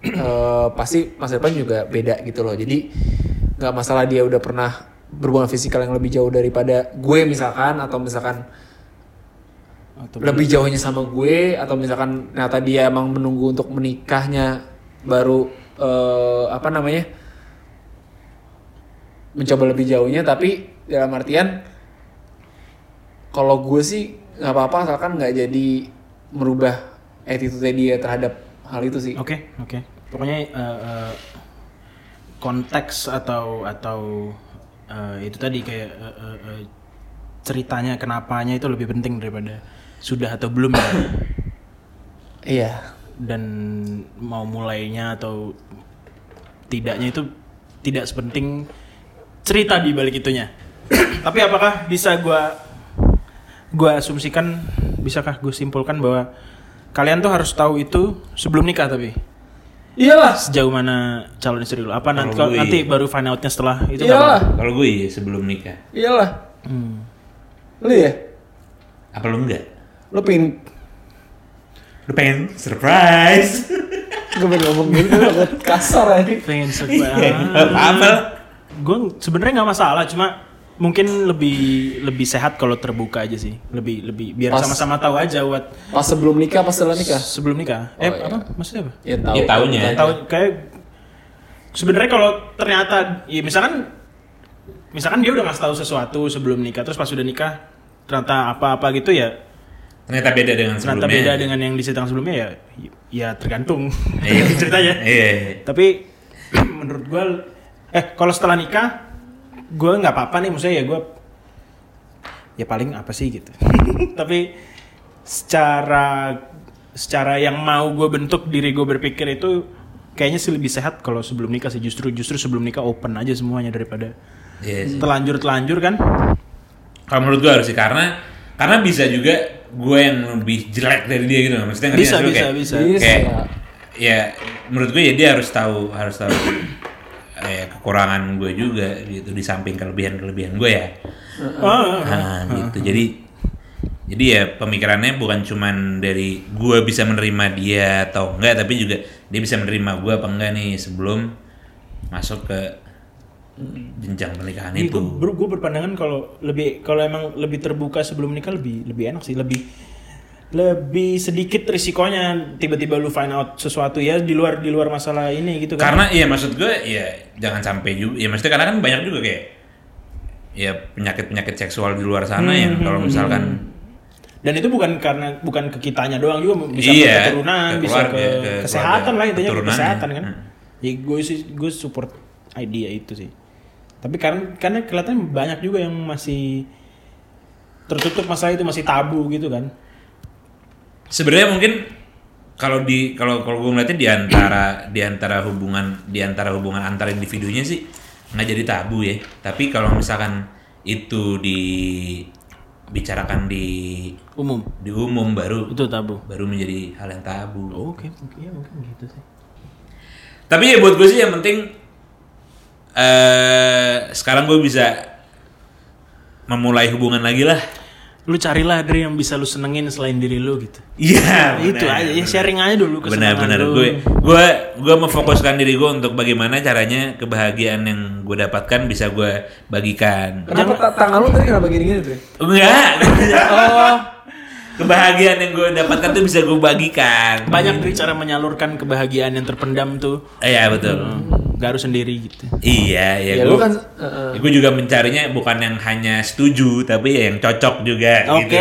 E: eh, pasti masa depan juga beda gitu loh. Jadi nggak masalah dia udah pernah berhubungan fisikal yang lebih jauh daripada gue misalkan atau misalkan lebih jauhnya sama gue atau misalkan ternyata dia emang menunggu untuk menikahnya baru eh, apa namanya mencoba lebih jauhnya tapi dalam artian kalau gue sih nggak apa-apa asalkan nggak jadi merubah attitude dia terhadap hal itu sih
F: Oke, oke. Pokoknya eh, eh, konteks atau atau eh, itu tadi kayak eh, eh, eh, ceritanya kenapanya itu lebih penting daripada sudah atau belum ya.
E: iya
F: dan mau mulainya atau tidaknya itu tidak sepenting cerita di balik itunya. Tapi apakah bisa gua gua asumsikan bisakah gue simpulkan bahwa kalian tuh harus tahu itu sebelum nikah tapi
E: iyalah
F: sejauh mana calon istri dulu apa nanti
C: Kalau gue-
F: nanti baru find outnya setelah itu nggak
E: iyalah
F: apa-apa?
C: kalau gue iya sebelum nikah
E: iyalah
F: Hmm.
E: lu ya
C: apa lu enggak?
E: lu pengen
C: lu pengen surprise
E: gue pengen ngomong gitu agak kasar eh. aja
F: pengen
C: Iya. apa
F: sekolah
C: lah.
F: gue sebenarnya nggak masalah cuma mungkin lebih lebih sehat kalau terbuka aja sih lebih lebih biar
E: Pas-
F: sama-sama tahu aja buat
E: pas sebelum nikah pas setelah nikah
F: sebelum nikah eh
E: Oh, iya.
F: apa maksudnya apa Eh,
E: ya tahu
C: Ya, tahunya.
F: tahu kayak sebenarnya kalau ternyata ya misalkan misalkan dia udah ngasih tahu sesuatu sebelum nikah terus pas udah nikah ternyata apa-apa gitu ya
C: ternyata beda dengan sebelumnya
F: ternyata beda dengan yang diceritakan sebelumnya ya ya tergantung
C: iya.
F: ceritanya
C: iya
F: tapi menurut gue eh kalau setelah nikah gue nggak apa-apa nih maksudnya ya gue ya paling apa sih gitu tapi secara secara yang mau gue bentuk diri gue berpikir itu kayaknya sih lebih sehat kalau sebelum nikah sih justru justru sebelum nikah open aja semuanya daripada
C: Iya sih.
F: telanjur telanjur kan
C: kalau menurut gue harus sih karena karena bisa juga gue yang lebih jelek dari dia gitu maksudnya ngerti
F: bisa
C: nggak sih lu?
F: bisa Iya, bisa
C: Kayak-
E: Bisa.
C: kayak ya menurut gue ya dia harus tahu harus tahu eh, kekurangan gue juga gitu di samping kelebihan kelebihan gue ya
F: Ah,
C: Nah, gitu jadi jadi ya pemikirannya bukan cuman dari gue bisa menerima dia atau enggak tapi juga dia bisa menerima gue apa enggak nih sebelum masuk ke jenjang pernikahan itu
F: Gue gue berpandangan kalau lebih kalau emang lebih terbuka sebelum nikah lebih lebih enak sih lebih lebih sedikit risikonya tiba-tiba lu find out sesuatu ya di luar di luar masalah ini gitu kan.
C: Karena iya maksud gue ya jangan sampai juga ya maksudnya karena kan banyak juga kayak ya penyakit-penyakit seksual di luar sana yang kalau misalkan
F: dan itu bukan karena bukan ke kitanya doang juga bisa
C: Iya,
F: ke keturunan,
C: ke
F: bisa
C: keluarga,
F: ke,
C: ke
F: kesehatan
C: keluarga,
F: lah intinya ke
C: keturunannya.
F: kesehatan kan.
C: Hmm.
F: Ya gue sih gue support idea itu sih. Tapi karena karena kelihatannya banyak juga yang masih tertutup masalah itu masih tabu gitu kan.
C: sebenarnya mungkin kalau di kalau kalau gue ngeliatnya di antara di antara hubungan di antara hubungan antar individunya sih nggak jadi tabu ya. Tapi kalau misalkan itu dibicarakan di
F: Umum
C: di umum baru
F: itu tabu.
C: baru menjadi hal yang tabu.
F: Oke, mungkin ya mungkin gitu sih.
C: Tapi ya buat gue sih yang penting eh sekarang gue bisa memulai hubungan lagi lah.
F: Lu carilah dari yang bisa lu senengin selain diri lu gitu.
C: Iya,
F: itu aja ya sharing aja dulu kesenangan
C: Benar-benar
F: lu.
C: gue gue gue memfokuskan diri gue untuk bagaimana caranya kebahagiaan yang gue dapatkan bisa gue bagikan.
E: Kenapa ta- tangan lu tadi kenapa gini-gini tuh?
C: Enggak.
G: Oh.
C: kebahagiaan yang gue dapatkan tuh bisa gue bagikan. Eh,
F: Banyak dari cara menyalurkan kebahagiaan yang terpendam tuh.
C: Iya betul.
F: Gak harus sendiri gitu.
C: Iya, ya,
G: Hmm. Ya,
C: gue
G: lu kan uh, uh,
C: gue juga mencarinya bukan yang hanya setuju tapi ya yang cocok juga
F: Oke.
C: gitu.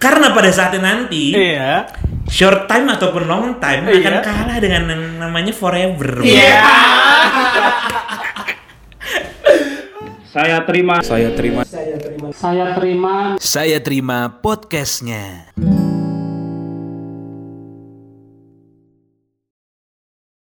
C: Karena pada saatnya nanti
F: Iya.
C: short time ataupun long time
F: Iya.
C: akan kalah dengan yang namanya forever.
B: Saya terima. Saya terima. Saya terima.
D: Saya terima podcastnya.